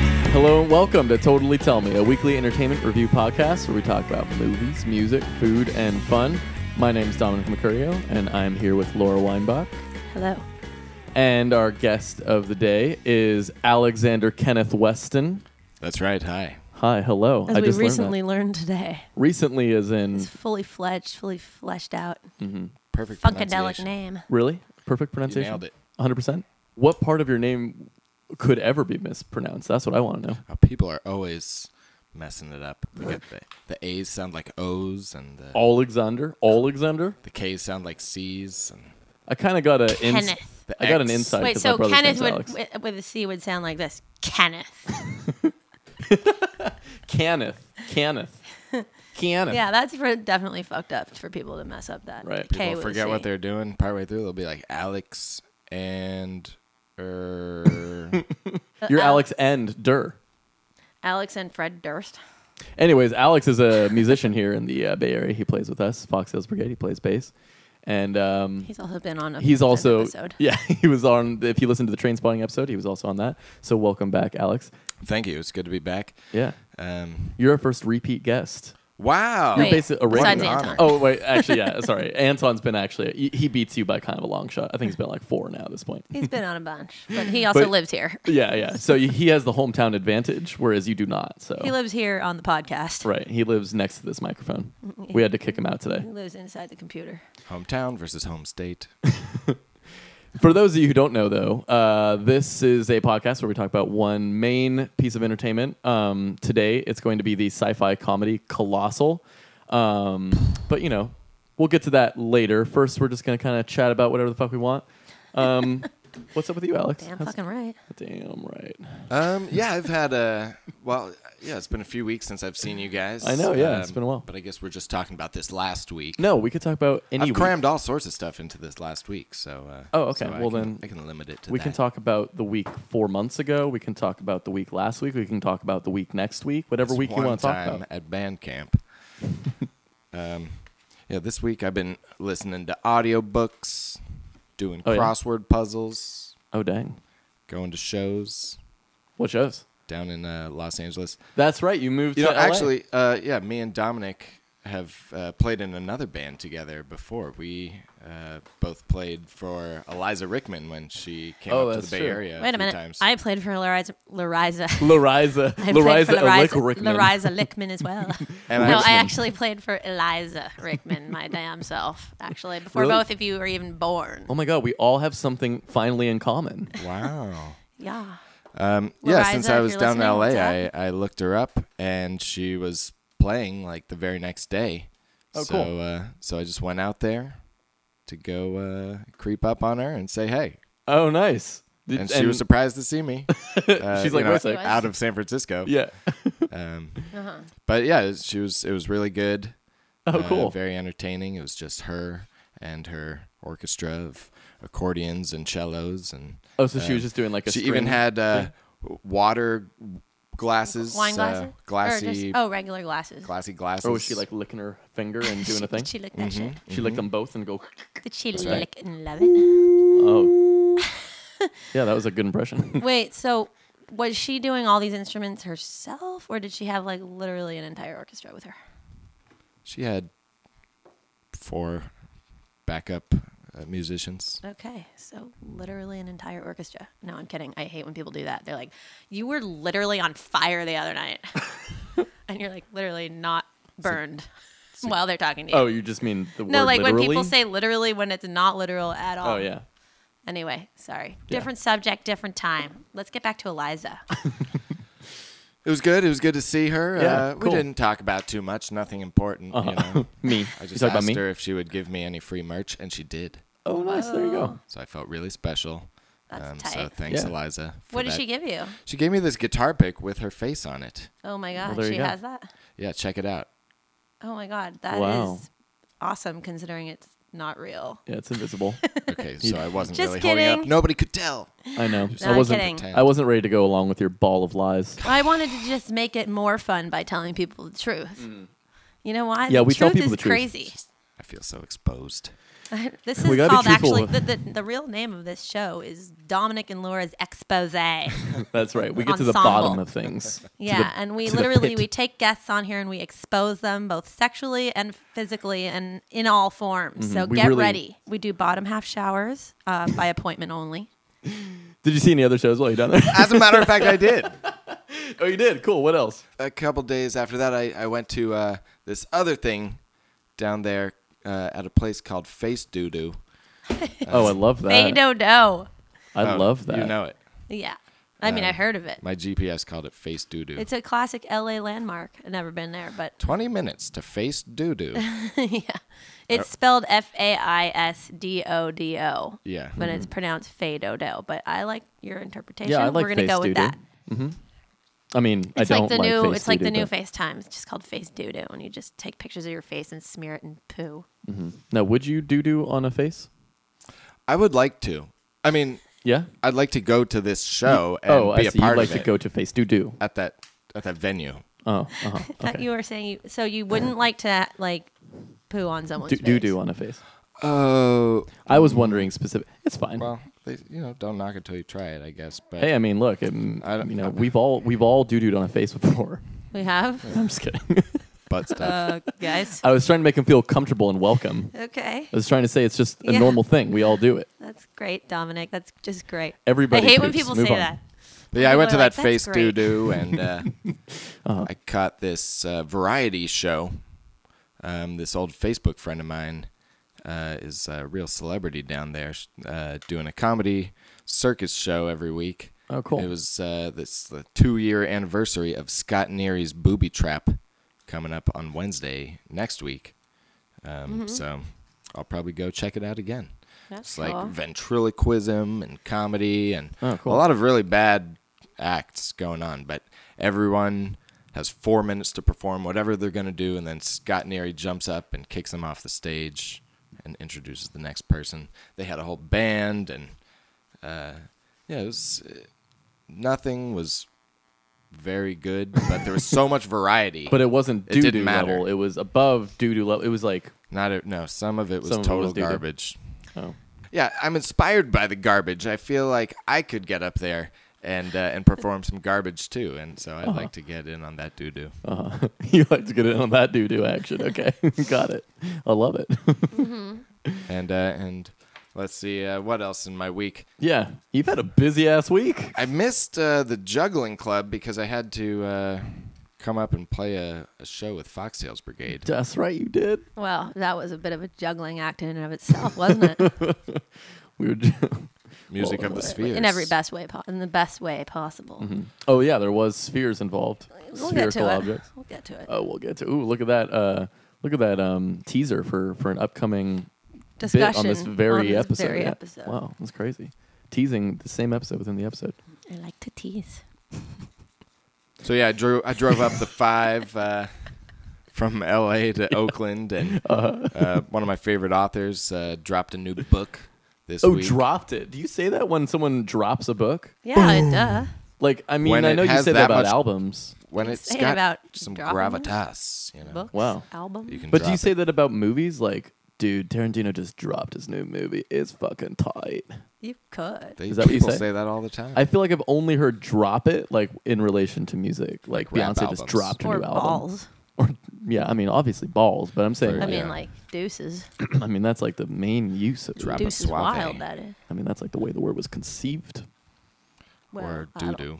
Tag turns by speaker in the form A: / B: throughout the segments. A: and welcome to Totally Tell Me, a weekly entertainment review podcast where we talk about movies, music, food, and fun. My name is Dominic Mercurio, and I'm here with Laura Weinbach.
B: Hello.
A: And our guest of the day is Alexander Kenneth Weston.
C: That's right. Hi.
A: Hi, hello.
B: As
A: I
B: we
A: just
B: recently
A: learned
B: learned today,
A: that. recently is in
B: it's fully fledged, fully fleshed out,
C: Perfect.
B: funkadelic
C: pronunciation.
B: name.
A: really perfect pronunciation.
C: nailed it.
A: 100%. What part of your name could ever be mispronounced? That's what I want to know.
C: Uh, people are always messing it up. We get the, the A's sound like O's and the,
A: Alexander, Alexander.
C: the K's sound like C's. And
A: I kind of got a ins-
B: Kenneth.
C: The
A: I got an
C: X.
A: insight.
B: Wait,
A: 'cause my
B: so
A: brother's
B: Kenneth
A: name's
B: would,
A: Alex.
B: wi- with a C would sound like this Kenneth.
A: Kenneth. Kenneth. Kenneth.
B: yeah, that's for, definitely fucked up for people to mess up that.
A: Right.
B: K
C: people
B: with a
C: forget
B: C.
C: what they're doing partway through. They'll be like Alex and er.
A: You're Alex and Durr.
B: Uh, Alex and Fred Durst.
A: Anyways, Alex is a musician here in the uh, Bay Area. He plays with us, Fox Hills Brigade. He plays bass, and um, he's,
B: He's also been on a an
A: also
B: episode.
A: yeah. He was on. If you listen to the Train Spotting episode, he was also on that. So welcome back, Alex.
C: Thank you. It's good to be back.
A: Yeah,
C: Um,
A: you're our first repeat guest.
C: wow.
B: Wait,
A: basi- a
B: besides
A: regular.
B: Anton.
A: Oh wait, actually, yeah. Sorry, Anton's been actually he, he beats you by kind of a long shot. I think he's been like four now at this point.
B: He's been on a bunch, but he also
A: But-
B: lives here.
A: Yeah, yeah. So he has the hometown advantage, whereas you do not. So
B: He lives here on the podcast.
A: right, he lives next to this microphone.
B: Mm,
A: We had to kick him out today.
B: He lives inside the computer.
C: Hometown versus home state.
A: For those of you who don't know, though, uh, this is a podcast where we talk about one main piece of entertainment. Um, today, it's going to be the sci-fi comedy Colossal. Um, but you know, we'll get to that later. First, we're just going to kind of chat about whatever the fuck we want. Um, what's up with you, Alex?
B: Damn
A: How's-
B: fucking right.
A: Damn right.
C: Um, yeah, I've had a well, yeah, it's been a few weeks since I've seen you guys. Um,
A: I know, yeah, it's been a while.
C: But I guess we're just talking about this last week.
A: No, we could talk about any.
C: I've
A: week.
C: crammed all sorts of stuff into this last week, so. Uh,
A: Oh, okay.
C: so I
A: Well,
C: can-
A: then
C: I can limit it to.
A: We can
C: that.
A: talk about the week four months ago. We can talk about the week last week. We can talk about the week next week. Whatever
C: This
A: week you
C: one
A: want to talk
C: time
A: about.
C: at band camp. um, yeah, this week I've been listening to audiobooks, doing
A: Oh, yeah?
C: crossword puzzles,
A: Oh dang!
C: going to shows
A: What shows?
C: down in uh, Los Angeles.
A: That's right. You moved.
C: You know,
A: to LA.
C: actually, uh, yeah, me and Dominic have uh, played in another band together before. We uh, both played for Eliza Rickman when she came
A: Oh,
C: up to the
A: that's
C: Bay
A: true.
C: Area.
B: Wait a
C: few
B: minute.
C: Times.
B: I played for Larisa. Larisa.
A: Larisa,
B: I played for
A: Larisa Elick
B: Larisa,
A: Rickman.
B: Larisa Lickman as well.
C: And
B: no, I
C: Richmond.
B: actually played for Eliza Rickman, my damn self, actually, before
A: Really?
B: both of you were even born.
A: Oh my God, we all have something finally in common.
C: Wow.
B: Yeah.
C: Um, yeah,
B: Larisa,
C: since I
B: if
C: was
B: you're
C: down in
B: listening,
C: LA,
B: what's
C: I, I looked her up and she was playing like the very next day.
A: Oh,
C: so,
A: cool.
C: Uh, so I just went out there to go uh, creep up on her and say hey.
A: Oh, nice. Did-
C: And, she was surprised to see me. Uh,
A: She's
C: you
A: like,
C: know,
A: wait a sec.
C: out of San Francisco.
A: Yeah.
C: Um,
B: Uh-huh.
C: But yeah, it was- she was. It was really good.
A: Oh,
C: uh,
A: cool.
C: very entertaining. It was just her and her orchestra of accordions and cellos and
A: Oh, so she was just doing like a.
C: uh, she even
A: string
C: had uh, water glasses,
B: Wine
C: uh,
B: glasses? Or
C: glassy,
B: just- oh, regular glasses.
C: glassy glasses.
A: Or was she like licking her finger and doing a thing?
B: Did she lick that
C: Mm-hmm,
B: shit?
A: She licked them both and go.
B: Did she
C: That's right.
B: lick and love it?
A: Oh. yeah, that was a good impression.
B: Wait, so was she doing all these instruments herself, or did she have like literally an entire orchestra with her?
C: she had four backup uh, musicians.
B: Okay, so literally an entire orchestra. No, I'm kidding. I hate when people do that. They're like, "You were literally on fire the other night," and you're like, "Literally not burned," while they're talking to you.
A: Oh, you just mean the word
B: no, like
A: literally?
B: when people say "literally" when it's not literal at all.
C: Um,
A: Oh yeah.
B: Anyway, sorry. Different subject, different time. Let's get back to Eliza.
C: It was good. It was good to see her.
A: Yeah,
C: uh,
A: cool.
C: We didn't talk about too much. Nothing important. You know?
A: Me.
C: I
A: You
C: just
A: talking about
C: asked
A: me?
C: her if she would give me any free merch, and she did.
A: Oh, nice. There you go.
C: So I felt really special.
B: That's
C: um,
B: tight.
C: So thanks,
A: Yeah.
C: Eliza. for
B: what did
C: that.
B: she give you?
C: She gave me this guitar pick with her face on it.
B: Oh my god,
A: there you
B: she
A: go.
B: has that.
C: Yeah, check it out.
B: Oh my god, that is
A: Wow.
B: awesome. Considering it's not real.
A: Yeah, it's invisible.
C: Okay, so I wasn't
B: Just
C: really holding up.
B: kidding.
C: Nobody could tell.
A: I know.
B: No,
A: I
B: I'm
A: wasn't.
B: kidding.
A: I wasn't ready to go along with your ball of lies.
B: I wanted to just make it more fun by telling people the truth. You know why?
A: Mm. Yeah,
B: the
A: we
B: truth
A: tell people
B: is
A: the truth.
B: crazy.
C: I feel so exposed.
B: This
A: We
B: is
A: gotta be
B: called
A: truthful.
B: actually the, the the real name of this show is Dominic and Laura's expose. yeah,
A: That's right. We get to the
B: Ensemble.
A: bottom of things. To the-
B: and we
A: to the
B: literally
A: pit.
B: we take guests on here and we expose them both sexually and physically and in all forms. So
A: Mhm. We
B: get
A: really-
B: ready. We do bottom half showers uh, by appointment only.
A: Did you see any other shows while you're down there?
C: As a matter of fact, I did.
A: oh, you did. Cool. What else?
C: a couple days after that, I, I went to uh, this other thing down there uh, at a place called Face Doo Doo.
A: Oh, I love that.
B: They don't know.
A: I
C: Oh,
A: love that.
C: You know it.
B: Yeah, I
A: uh,
B: mean I heard of it.
C: My GPS called it Face Doo Doo.
B: It's a classic LA landmark. I've never been there, but
C: 20 minutes to Face Doo Doo.
B: yeah,
A: Uh,
B: it's spelled F A I S D O D O.
C: Yeah.
B: but it's pronounced Fadodo. But I like your interpretation.
A: mm-hmm. yeah, I like
B: We're gonna
A: face
B: go with
A: doo-doo.
B: that.
A: I mean,
B: It's
A: I don't
B: like the
A: like
B: new.
A: face
B: it's like the
A: doo-doo,
B: new
A: but-
B: FaceTime. It's just called Face Doodoo, and you just take pictures of your face and smear it in poo.
A: Now, would you doo doo on a face?
C: I would like to. I mean,
A: Yeah.
C: I'd like to go to this show and
A: oh,
C: be
A: I
C: a
A: see.
C: part
A: You'd like
C: of
A: to
C: it
A: go to face doo doo.
C: at that at that venue.
A: Oh, uh-huh.
B: I thought you were saying you. So you wouldn't like to like poo on someone's face.
A: doo doo on a face.
C: Oh,
A: I was wondering specific. It's fine.
C: well, they, you know, don't knock it till you try it, I guess. But
A: hey, I mean, look, um,
C: Mm, I don't-
A: you know, we've all we've all doo dooed on a face before.
B: We have
A: I'm just kidding.
C: butt stuff.
B: uh, guys.
A: I was trying to make him feel comfortable and welcome.
B: Okay,
A: I was trying to say it's just a
B: Yeah.
A: normal thing. We all do it.
B: that's great, Dominic. That's just great.
A: Everybody
B: I hate when
A: poops.
B: people
A: Move
B: say
A: on.
B: that.
C: But yeah, I
B: People
C: went to
B: are
C: that
B: like, "That's
C: face doo
B: great."
C: doo and uh,
A: Uh-huh.
C: I caught this uh, variety show. Um, this old Facebook friend of mine uh, is a real celebrity down there, sh- uh, doing a comedy circus show every week.
A: Oh, cool.
C: It was uh, this the two year anniversary of Scott Neary's Booby Trap coming up on Wednesday next week. Um, So I'll probably go check it out again.
B: Mm-hmm. That's
C: it's like
B: cool.
C: ventriloquism and comedy and
A: Oh, cool.
C: a lot of really bad acts going on, but everyone has four minutes to perform whatever they're going to do, and then Scott Neary jumps up and kicks them off the stage and introduces the next person. They had a whole band, and uh, yeah, it was uh, nothing was very good, but there was so much variety.
A: But it wasn't
C: It
A: doo
C: didn't
A: doo
C: matter.
A: level. It was above doo doo level. It was like,
C: not a, no, some of it was
A: Some of it
C: total
A: was doo-doo.
C: garbage.
A: oh,
C: Yeah, I'm inspired by the garbage. I feel like I could get up there and uh, and perform some garbage too, and so I'd like to get in on that doo doo.
A: uh, you like to get in on that doo doo action. Okay, got it. I love it.
C: And uh, and let's see uh, what else in my week.
A: yeah, you've had a busy ass week.
C: I missed uh, the juggling club because I had to uh, come up and play a, a show with Foxtails Brigade.
A: That's right, you did.
B: Well, that was a bit of a juggling act in and of itself, wasn't it?
A: We were.
C: Music
A: Well,
C: of the Spheres.
B: in every best way, po- in the best way possible.
A: oh yeah, there was spheres involved.
B: We'll get
A: Spherical
B: to it.
A: objects.
B: We'll get to it.
A: Oh, we'll get to. Ooh, look at that. Uh, look at that um, teaser for for an upcoming bit
B: Discussion
A: on this very
B: on this
A: episode.
B: very
A: yeah.
B: episode.
A: Wow, that's crazy. Teasing the same episode within the episode.
B: I like to tease.
C: So yeah, I drove I drove up the five uh, from L.A. to Oakland, and uh one of my favorite authors uh, dropped a new book this
A: Oh,
C: week.
A: dropped it. Do you say that when someone drops a book?
B: Yeah, duh.
A: Like, I mean,
C: When
A: I
C: it
A: know you
C: has
A: say that,
C: that
A: about
C: much-
A: albums,
C: when it's
B: Saying
C: got
B: about
C: some
B: dropping it?
C: gravitas, you know.
B: Books,
A: Wow.
B: album.
C: You can
A: but do
C: drop
A: you
C: it.
A: say that about movies? Like, dude, Tarantino just dropped his new movie. It's fucking tight.
B: You could.
C: They-
A: is that what you
C: people
A: say?
C: say? that all the time?
A: I feel like I've only heard drop it like in relation to music. Like,
C: Like rap
A: Beyonce just
C: albums.
A: dropped a
B: or
A: new album.
B: balls.
A: Or yeah, I mean, obviously balls, but I'm saying,
C: For-
B: I
A: like,
B: mean,
C: Yeah.
B: like deuces.
A: I mean, that's like the main use of
C: Drop
A: drop.
C: a
B: Deuces
C: suave.
B: wild. That is.
A: I mean, that's like the way the word was conceived.
B: Well,
C: or
B: I
C: doo
B: don't-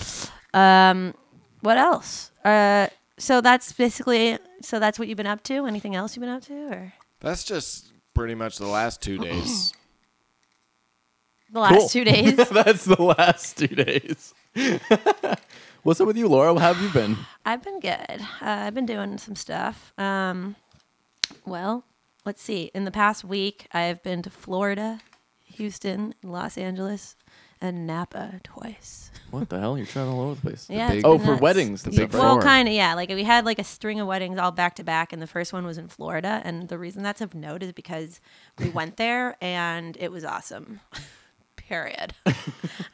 C: doo.
B: Um, what else? Uh, so that's basically. So that's what you've been up to. Anything else you've been up to, or
C: That's just pretty much the last two days.
B: the last
A: Cool.
B: two days?
A: That's the last two days. What's up with you, Laura? How have you been?
B: I've been good. Uh, I've been doing some stuff. Um, well, let's see. In the past week, I've been to Florida, Houston, Los Angeles, and Napa twice.
A: What the hell? You're traveling all over the place.
B: yeah. it's
C: big-
B: been
A: Oh, for
B: nuts.
A: weddings, the
B: Yeah,
A: big
B: well,
C: four.
B: kind of. Yeah. Like we had like a string of weddings all back to back, and the first one was in Florida. And the reason that's of note is because we went there and it was awesome. Period.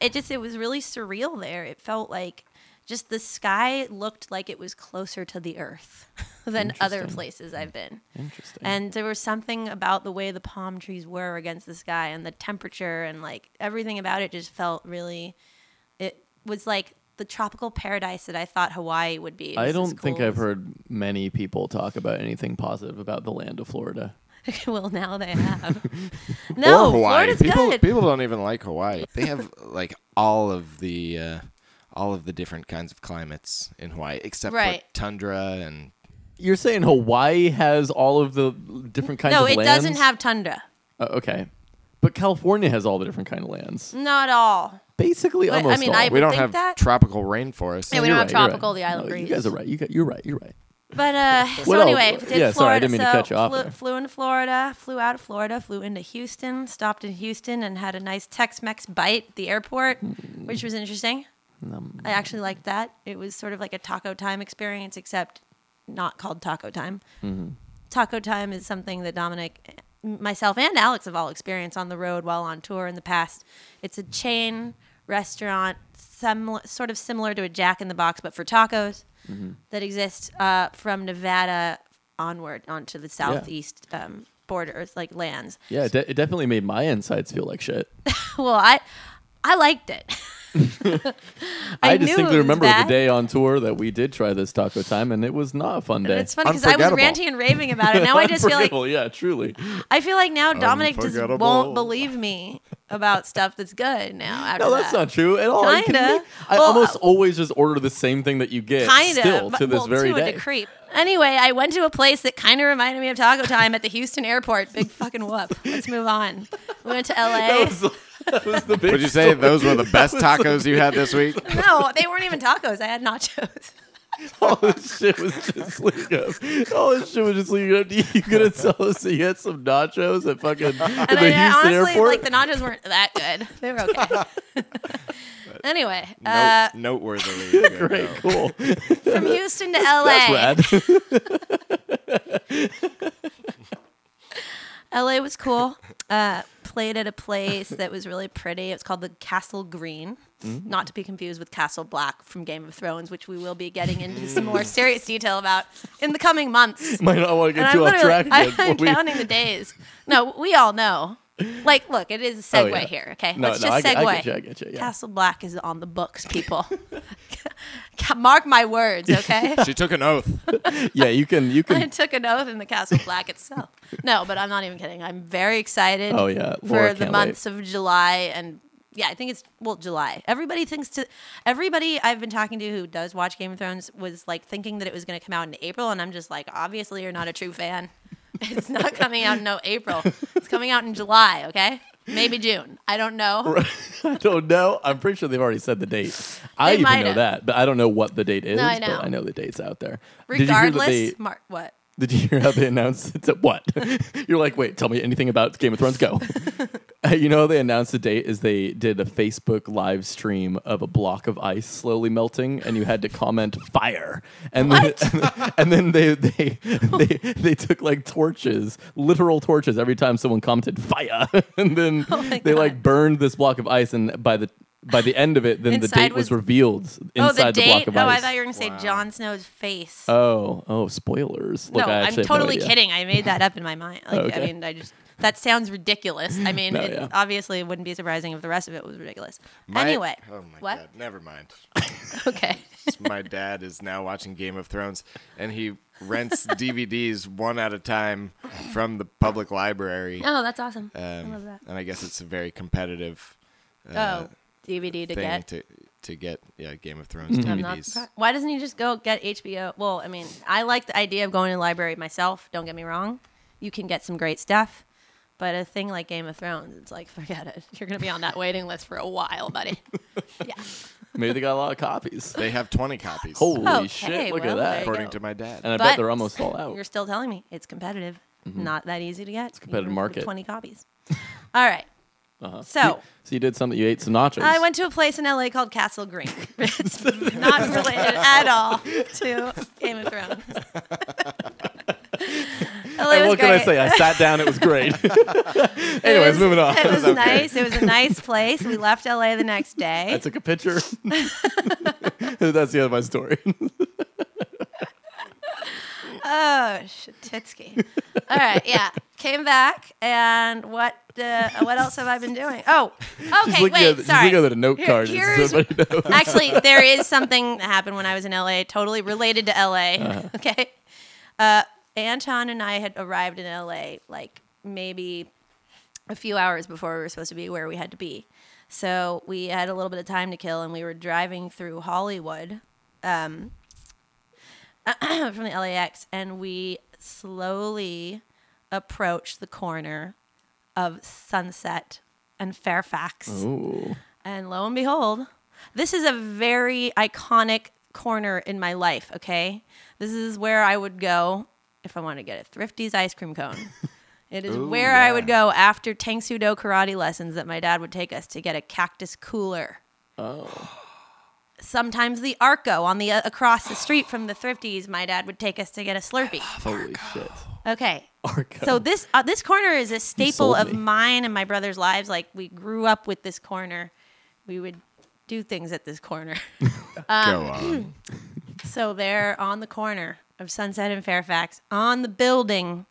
B: it just it was really surreal there. It felt like just the sky looked like it was closer to the earth than other
A: Interesting.
B: places I've been.
A: Interesting.
B: And there was something about the way the palm trees were against the sky and the temperature and like everything about it just felt really. It was like the tropical paradise that I thought Hawaii would be. It
A: I
B: was as
A: don't think
B: cool
A: I've
B: as-
A: heard many people talk about anything positive about the land of Florida.
B: well, now they have. no,
C: or Hawaii.
B: Florida's
C: people
B: good.
C: people don't even like Hawaii. They have like all of the uh, all of the different kinds of climates in Hawaii, except
B: Right.
C: for tundra and
A: You're saying Hawaii has all of the different kinds
B: no,
A: of
B: it
A: lands?
B: doesn't have tundra.
A: Uh, okay. But California has all the different kind of lands.
B: Not all.
A: Basically,
B: Mm. But, I
A: almost
B: mean,
A: all.
B: I-
C: we don't
B: think
C: have
B: that-
C: tropical rainforests.
B: Yeah, we
A: You're
B: don't
A: right,
B: have
A: you're right.
B: tropical, the island
A: No, You
B: breeze.
A: guys are right. You got, you're right. You're right.
B: But uh, so
A: What else?
B: anyway, did
A: Yeah,
B: Florida.
A: sorry, I didn't mean to
B: so
A: cut you off
B: flew,
A: there.
B: flew in Florida, flew out of Florida, flew into Houston, stopped in Houston, and had a nice Tex-Mex bite at the airport, which was interesting.
A: Um,
B: I actually liked that. It was sort of like a taco time experience, except not called taco time.
A: Mm-hmm.
B: Taco time is something that Dominic, myself, and Alex have all experienced on the road while on tour in the past. It's a chain restaurant, sem- sort of similar to a Jack in the Box, but for tacos
A: Mm-hmm.
B: that exists uh, from Nevada onward onto the southeast um, borders, like lands.
A: Yeah, it, de- it definitely made my insides feel like shit.
B: well, I, I liked it.
A: I,
B: knew it
A: distinctly
B: was
A: remember
B: bad.
A: the day on tour that we did try this taco time, and it was not a fun day.
B: It's funny because I was
C: Unforgettable.
B: ranting and raving about it. Now I just feel like
A: Unforgettable, yeah, truly.
B: I feel like now Dominic just
C: Unforgettable.
B: won't believe me about stuff that's good now. After
A: No, that's
B: that.
A: not true at all. Are you kidding
B: Kinda.
A: me? I
B: Well,
A: almost
B: uh,
A: always just order the same thing that you get
B: Kind
A: still
B: of,
A: to this
B: well,
A: very
B: to
A: day.
B: a decree. Anyway, I went to a place that kind of reminded me of Taco Time at the Houston airport. Big fucking whoop. Let's move on. We went to LA.
A: That was, that was the big
C: Would you say
A: story.
C: those were the best tacos you had this week?
B: no, they weren't even tacos. I had nachos.
A: all this shit was just leading up. All this shit was just leading up. You gonna tell us that you had some nachos at fucking at the
B: And I,
A: Houston
B: honestly,
A: airport?
B: like the nachos weren't that good. They were okay. anyway, uh,
C: Note, noteworthily.
A: Great, cool.
B: from Houston to LA.
A: That's rad.
B: LA was cool. Uh, played at a place that was really pretty. It was called the Castle Green,
A: Mm.
B: not to be confused with Castle Black from Game of Thrones, which we will be getting
A: Mm.
B: into some more serious detail about in the coming months.
A: Might not want to get
B: And I'm
A: too off track.
B: literally,
A: again,
B: I, I'm
A: but we-
B: counting the days. No, we all know. Like, look, it is a
A: Oh,
B: segue
A: yeah.
B: here. Okay,
A: No,
B: let's
A: no,
B: just
A: I get,
B: segue.
A: I get you. I get you. Yeah.
B: Castle Black is on the books, people. Mark my words, okay?
C: She took an oath.
A: yeah, you can. You
B: I
A: can.
B: took an oath in the Castle Black itself. No, but I'm not even kidding. I'm very excited.
A: Oh, yeah. Laura
B: for the
A: can't
B: months of July and yeah, I think it's well July. Everybody thinks to everybody I've been talking to who does watch Game of Thrones was like thinking that it was going to come out in April, and I'm just like, obviously you're not a true fan. It's not coming out in no April. It's coming out in July. Okay, maybe June. I don't know.
A: I don't know. I'm pretty sure they've already said the date. I
B: They
A: even
B: might
A: know
B: have.
A: that, but I don't know what the date is.
B: I know.
A: But I know the date's out there.
B: Regardless,
A: did you hear that
B: Mar- what?
A: they, did you hear how they announced it? What? You're like, wait, tell me anything about Game of Thrones. Go. Uh, you know how they announced the date is they did a Facebook live stream of a block of ice slowly melting, and you had to comment fire, and then and then they they, they they took like torches, literal torches, every time someone commented fire, and then
B: Oh my
A: they
B: God.
A: like burned this block of ice, and by the by the end of it, then the
B: Inside
A: date was,
B: was-
A: revealed inside
B: oh, the, date.
A: block of
B: oh,
A: ice.
B: I thought you were going to say
C: Wow.
B: Jon Snow's face.
A: oh, oh, spoilers! Look,
B: no,
A: I
B: I'm
A: actually have no
B: totally
A: idea.
B: kidding. I made that up in my mind. Like,
A: Okay.
B: I mean, I just that sounds ridiculous. I mean,
A: No,
B: it
A: yeah.
B: obviously it wouldn't be surprising if the rest of it was ridiculous.
C: My-
B: anyway,
C: Oh my
B: what?
C: god. Never mind.
B: Okay.
C: my dad is now watching Game of Thrones, and he rents DVDs one at a time from the public library.
B: Oh, that's awesome.
C: Um,
B: love that.
C: And I guess it's a very competitive uh,
B: oh, DVD to
C: thing
B: get. Mm-hmm.
C: to to get yeah Game of Thrones
B: I'm not
C: DVDs.
B: surprised. Why doesn't he just go get HBO? Well, I mean, I like the idea of going to the library myself. Don't get me wrong, you can get some great stuff, but a thing like Game of Thrones, it's like forget it. You're gonna be on that waiting list for a while, buddy. yeah.
A: Maybe they got a lot of copies.
C: They have 20 copies,
A: Holy
B: Okay,
A: shit! Look
B: well, there
A: at
B: you go.
A: that.
C: according to my dad.
A: And I bet
B: But
A: they're almost all out.
B: You're still telling me it's competitive. Not that easy to get. It's
A: Mm-hmm. competitive market.
B: Twenty copies. All right. So
A: So you did something. You ate some nachos.
B: I went to a place in LA called Castle Green. It's not related at all to Game of Thrones. LA really
A: and
B: was
A: what can I
B: great.
A: say? I sat down. It was great. Anyways,
B: It was-
A: moving on.
B: It was nice. It was a nice place. We left LA the next day.
A: I took a picture. That's the end of my story.
B: Oh, Shatitsky. All right, yeah. Came back, and what uh, what else have I been doing? Oh,
A: She's
B: okay,
A: looking
B: wait,
A: at, she's
B: sorry.
A: looking at a note
B: Here-
A: card.
B: here's-
A: so everybody knows.
B: Actually, there is something that happened when I was in LA, totally related to LA. Okay. Uh, Anton and I had arrived in LA like maybe a few hours before we were supposed to be where we had to be. So we had a little bit of time to kill, and we were driving through Hollywood um, from the LAX, and we slowly approached the corner of Sunset and Fairfax.
A: Ooh.
B: And lo and behold, this is a very iconic corner in my life, okay? This is where I would go if I want to get a Thrifty's ice cream cone. It is
C: Ooh,
B: where I would
C: yeah.
B: go after Tang Soo Do karate lessons that my dad would take us to get a cactus cooler. Oh. Sometimes the Arco on the uh, across the street from the Thrifties, my dad would take us to get a Slurpee.
A: Holy shit.
B: Okay.
A: Arco.
B: So this uh, this corner is a staple
A: sold
B: of
A: me.
B: mine and my brother's lives. Like we grew up with this corner. We would do things at this corner. Uh,
C: Go on.
B: so there on the corner of Sunset and Fairfax, on the building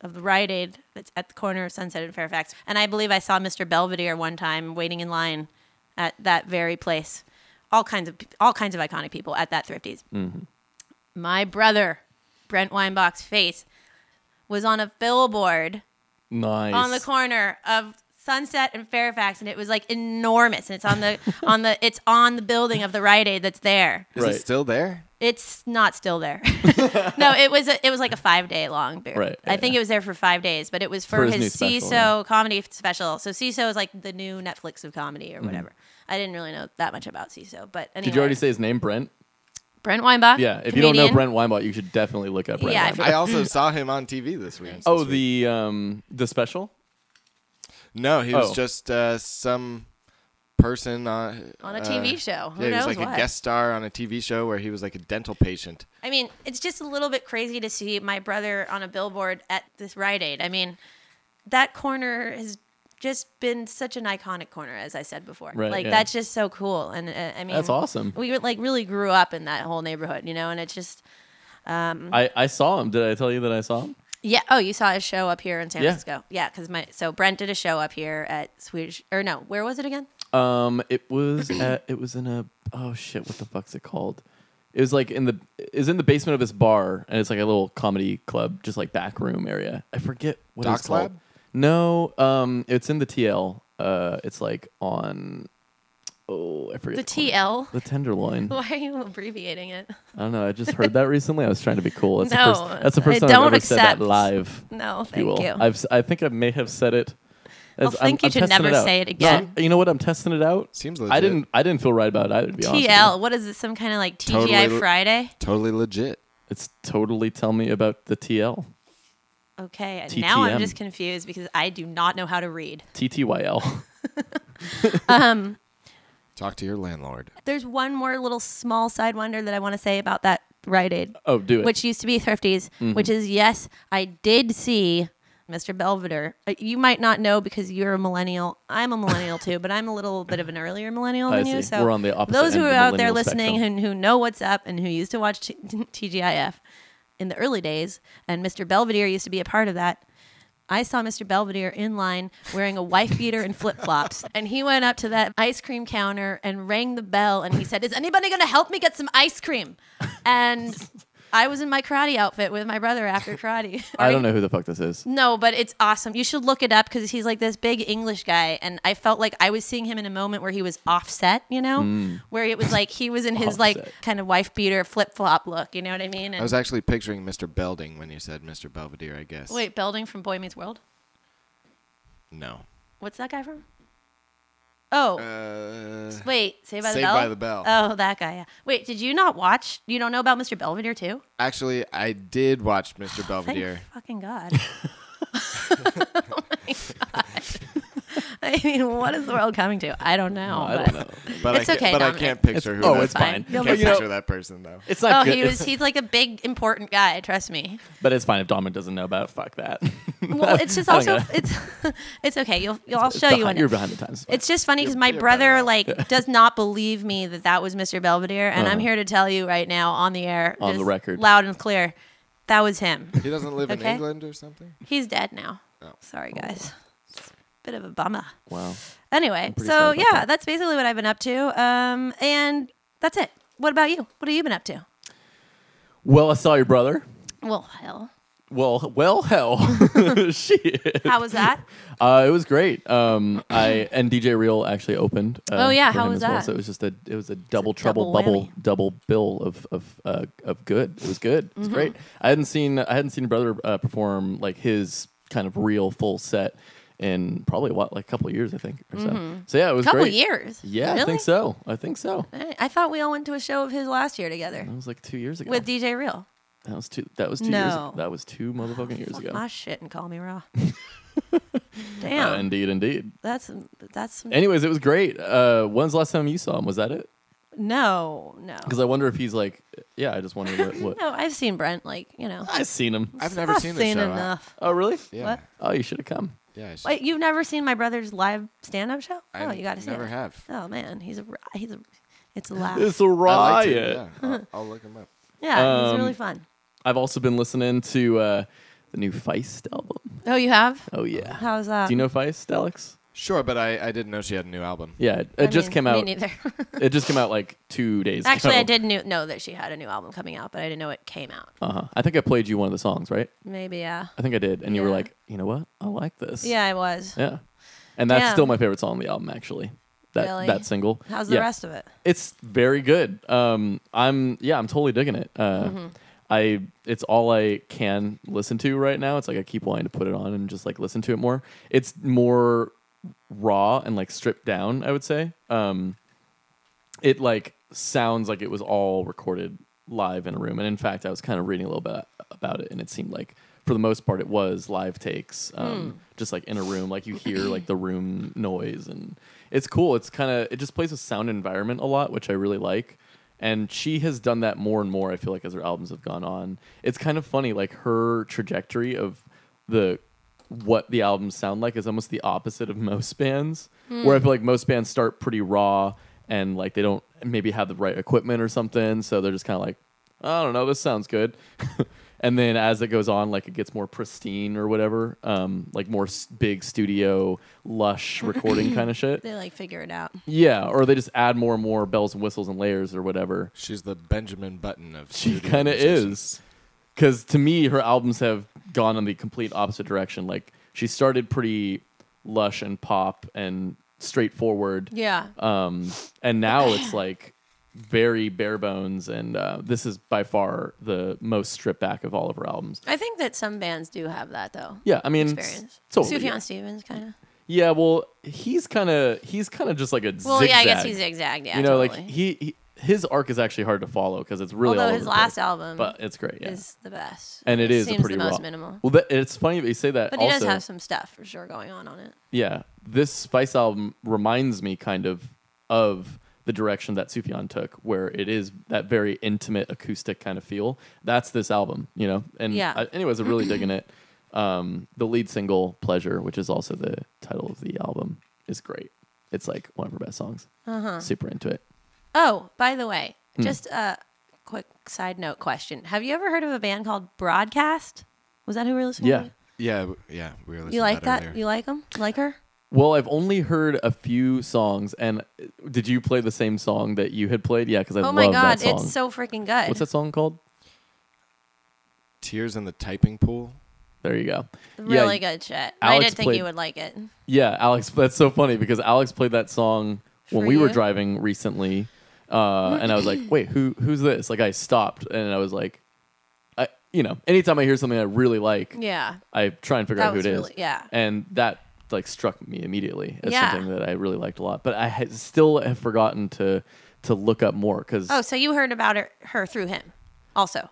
B: of the Rite Aid that's at the corner of Sunset and Fairfax. And I believe I saw Mr. Belvedere one time waiting in line at that very place. All kinds of all kinds of iconic people at that Thrifties.
A: Mm-hmm.
B: My brother, Brent Weinbach's face was on a billboard
A: nice.
B: on the corner of Sunset and Fairfax, and it was like enormous. And it's on the on the it's on the building of the Rite Aid that's there.
C: Is
A: Right.
C: it still there?
B: It's not still there. no, it was a, it was like a five day long. Beer.
A: Right,
B: I think
A: yeah.
B: it was there for five days, but it was for,
A: For his
B: his,
A: new
B: CISO
A: special, yeah.
B: comedy special. So CISO is like the new Netflix of comedy or whatever. I didn't really know that much about CISO, but anyway.
A: Mm-hmm. Did you already say his name, Brent?
B: Brent Weinbach?
A: Yeah. If you don't know
B: comedian.
A: Brent Weinbach, you should definitely look up Brent
B: Yeah, I
A: Weinbach.
B: forgot.
C: I also saw him on TV this week.
A: Oh,
C: This week.
A: the um the special.
C: no, he was
A: oh.
C: just uh, some person on
B: on a
C: uh,
B: TV show. Who
C: yeah, he
B: knows
C: was like
B: what?
C: a guest star on a TV show where he was like a dental patient.
B: I mean, it's just a little bit crazy to see my brother on a billboard at this Rite Aid. I mean, that corner has just been such an iconic corner, as I said before.
A: Right,
B: like
A: yeah.
B: that's just so cool, and uh, I mean,
A: That's awesome.
B: We like really grew up in that whole neighborhood, you know, and it's just Mm-hmm.
A: I I saw him. Did I tell you that I saw him?
B: yeah. Oh, you saw a show up here in San
A: Yeah.
B: Francisco, yeah? Because my so Brent did a show up here at Swedish or no, where was it again?
A: Um, it was at, it was in a oh shit, what the fuck's it called? It was like in the is in the basement of this bar, and it's like a little comedy club, just like back room area. I forget what
C: Doc
A: it's called.
C: Lab?
A: No, um, it's in the TL. Uh, it's like on oh I forget
B: The
A: corner.
B: TL.
A: the tenderloin.
B: Why are you abbreviating it?
A: I don't know. I just heard that recently. I was trying to be cool. That's
B: No,
A: the first, that's the
B: I
A: first time
B: don't
A: I've ever said that
B: accept.
A: live.
B: No,
A: if you will.
B: thank you.
A: I've, s- I think I may have said it. as-
B: Well, thank you to
A: testing
B: never
A: out.
B: say it
A: No,
B: again.
A: I'm- you know what? I'm testing it out.
C: Seems
A: I
C: legit.
A: didn't. I didn't feel right about it either. To be honest, with you.
B: TL. What is it? Some kind of like TGI
C: Totally-
B: Friday?
C: Totally legit.
A: It's totally tell me about the TL.
B: Okay, and now
A: TTM.
B: I'm just confused because I do not know how to read.
A: TTYL.
C: Talk to your landlord.
B: There's one more little small side wonder that I want to say about that Rite Aid,
A: Oh, Mm-hmm. do it.
B: which used to be Thrifties, which is yes, I did see Mr. Belvedere. Uh, You might not know because you're a millennial. I'm a millennial too, but I'm a little bit of an earlier millennial
A: I
B: than you.
A: see.
B: So
A: We're on the opposite
B: Those
A: end
B: who
A: of
B: are
A: the
B: out there
A: millennial
B: listening
A: spectrum.
B: who, who know what's up and who used to watch t- TGIF in the early days, and Mr. Belvedere used to be a part of that. I saw Mr. Belvedere in line wearing a wife beater and flip flops. And he went up to that ice cream counter and rang the bell and he said, Is anybody going to help me get some ice cream? And I was in my karate outfit with my brother after karate.
A: I don't know who the fuck this is.
B: No, but it's awesome. You should look it up because he's like this big English guy, and I felt like I was seeing him in a moment where he was offset, you know, where it was like he was in his like
A: Mm. Offset.
B: kind of wife beater flip flop look. You know what I mean?
C: I
B: And
C: was actually picturing Mr. Belding when you said Mr. Belvedere, I guess.
B: wait, Belding from Boy Meets World.
C: No.
B: What's that guy from? Oh,
C: Uh,
B: wait, Saved by the
C: Saved
B: Bell.
C: by the Bell.
B: Oh, that guy. Yeah. Wait, did you not watch? You don't know about Mr. Belvedere too?
C: actually, I did watch Mr.
B: Thank
C: Belvedere.
B: fucking god. oh my god. I mean, what is the world coming to? I don't know.
A: I
B: but-
A: don't know.
C: But
B: It's
C: I
B: okay,
C: can't, but
B: Dominic.
C: I can't picture who.
A: oh,
C: that-
A: it's
B: fine.
A: fine.
B: You'll
C: I
A: But
B: be
C: can't
A: you know,
C: picture that person though.
A: it's not
B: oh,
A: good.
B: he
A: it's-
B: was, he's like a big, important guy. Trust me.
A: but it's fine if Dominic doesn't know about it. Fuck that.
B: Well, it's just
A: I don't
B: also,
A: get
B: it's it's okay. You'll, you'll, I'll
A: It's
B: show you
A: behind-
B: when
A: You're behind the times.
B: It's just funny because
C: You're-
B: my
C: you're better
B: brother
C: off.
B: like does not believe me that that was Mr. Belvedere, and I'm here to tell you right now on the air,
A: Uh-huh. On the
B: just
A: record.
B: loud and clear, that was him.
C: He doesn't live in
B: Okay.
C: England or something.
B: He's dead now.
C: Oh.
B: Sorry guys, bit of a bummer.
A: wow.
B: Anyway,
A: pretty
B: so
A: sad about
B: yeah,
A: that.
B: that's basically what I've been up to, um, and that's it. What about you? What have you been up to?
A: Well, I saw your brother.
B: Well, hell,
A: Well, well, hell, shit.
B: how was that?
A: Uh, it was great. Um, I and DJ Real actually opened. Uh,
B: Oh, yeah,
A: for
B: how
A: him
B: was
A: as well.
B: that?
A: So it was just a it was a double trouble
B: double
A: bubble
B: whammy.
A: double bill of of uh, of good. It was good. It was
B: Mm-hmm.
A: great. I hadn't seen I hadn't seen brother uh, perform like his kind of real full set in probably what like a couple of years I think or so. So yeah, it
B: A
A: was
B: Mm-hmm. couple
A: great.
B: years.
A: Yeah,
B: really?
A: I think so. I think so.
B: I I thought we all went to a show of his last year together
A: That was like two years ago.
B: with DJ Real.
A: that was two. That was two years.
B: No.
A: Ago. That was two motherfucking years
B: Fuck
A: ago.
B: my shit and call me raw.
A: Uh,
B: Damn.
A: indeed, indeed.
B: That's that's some,
A: Anyways, it was great. Uh, when's the last time you saw him? Was that it?
B: no, no,
A: Because I wonder if he's like, yeah, I just wondered what. what.
B: no. I've seen Brent like you know.
A: I've seen him.
C: I've never seen the show. I-
B: enough.
A: Oh, really?
C: Yeah.
B: What?
A: Oh, you should have come.
C: Yeah. I should-
B: Wait, you've never seen my brother's live stand-up show?
C: I
B: oh, you got to see
C: never
B: it.
C: have.
B: Oh man, he's a he's a it's a laugh.
A: It's a
C: I liked
A: riot.
C: it, yeah. I'll, I'll look him up.
B: yeah, it's
A: um,
B: really fun.
A: I've also been listening to uh, the new Feist album.
B: Oh, you have?
A: Oh yeah.
B: How's uh, that?
A: Do you know Feist, Alex?
C: Sure, but I, I didn't know she had a new album.
A: Yeah, it,
B: I
A: it just
B: mean,
A: came out.
B: Me neither.
A: It just came out like two days.
B: Actually,
A: ago.
B: I did knew, know that she had a new album coming out, but I didn't know it came out.
A: Uh huh. I think I played you one of the songs, right?
B: Maybe yeah.
A: I think I did, and you were
B: Yeah.
A: like, you know what? I like this.
B: Yeah, I was.
A: Yeah. And that's
B: Damn.
A: still my favorite song on the album, actually. That
B: Really?
A: that single.
B: How's the
A: Yeah.
B: rest of it?
A: It's very good. Um, I'm yeah, I'm totally digging it. Uh, I it's all I can listen to right now. It's like I keep wanting to put it on and just like listen to it more. It's more raw and like stripped down. I would say. Um, it like sounds like it was all recorded live in a room. And in fact, I was kind of reading a little bit about it, and it seemed like for the most part it was live takes, um, just like in a room. Like you hear like the room noise, and it's cool. It's kind of it just plays with sound environment a lot, which I really like. And she has done that more and more. I feel like as her albums have gone on, it's kind of funny. Like her trajectory of the what the albums sound like is almost the opposite of most bands. Where I feel like most bands start pretty raw and like they don't maybe have the right equipment or something, so they're just kind of like, I don't know, this sounds good. and then as it goes on, like it gets more pristine or whatever, um, like more s- big studio, lush recording kind of shit.
B: They like figure it out.
A: Yeah, or they just add more and more bells and whistles and layers or whatever.
C: She's the Benjamin Button of.
A: She
C: studio
A: kind of
C: musicians.
A: is. Because to me, her albums have gone in the complete opposite direction. Like she started pretty lush and pop and straightforward,
B: Yeah.
A: um, and now it's like very bare bones. And uh, this is by far the most stripped back of all of her albums.
B: I think that some bands do have that though.
A: Yeah, I mean,
B: Experience.
A: totally.
B: Sufjan Stevens kind of.
A: Yeah, well, he's kind of he's kind of just like a
B: Well,
A: zigzag.
B: yeah, I guess he zigzagged. Yeah,
A: you know,
B: totally.
A: like he, he his arc is actually hard to follow because it's really all
B: Although
A: over
B: his
A: the
B: last
A: place.
B: album
A: but it's great. Yeah.
B: is the best,
A: and it is
B: seems
A: a pretty
B: the most
A: raw.
B: minimal.
A: Well, that, it's funny that you say that.
B: But he
A: also,
B: does have some stuff for sure going on on it.
A: yeah, this Vice album reminds me kind of of the direction that Sufjan took, where it is that very intimate acoustic kind of feel. That's this album, you know. And
B: Yeah.
A: I, anyways, I'm really digging it. Um, the lead single "Pleasure," which is also the title of the album, is great. It's like one of her best songs. Uh-huh. Super into it.
B: Oh, by the way,
A: Hmm.
B: just a quick side note question: Have you ever heard of a band called Broadcast? Was that who we were listening?
A: Yeah.
B: to?
C: Yeah, w- yeah. We were listening
B: You
C: to
B: like that?
C: earlier.
B: You like them? Like her?
A: Well, I've only heard a few songs, and uh, did you play the same song that you had played? Yeah, because I
B: oh
A: love
B: my god,
A: that song.
B: it's so freaking good.
A: What's that song called?
C: Tears in the typing pool.
A: There you go.
B: Really
A: yeah,
B: good shit. I
A: Alex
B: did think
A: played-
B: you would like it.
A: Yeah, Alex. That's so funny because Alex played that song when
B: For
A: we were
B: you?
A: driving recently, uh, and I was like, "Wait, who? Who's this?" Like, I stopped and I was like, "I, you know, anytime I hear something I really like,
B: Yeah.
A: I try and figure
B: That
A: out who it
B: was
A: is."
B: really- yeah.
A: and that like struck me immediately as
B: Yeah.
A: something that I really liked a lot. But I had, still have forgotten to to look up more because
B: Oh, so you heard about her, her through him, also.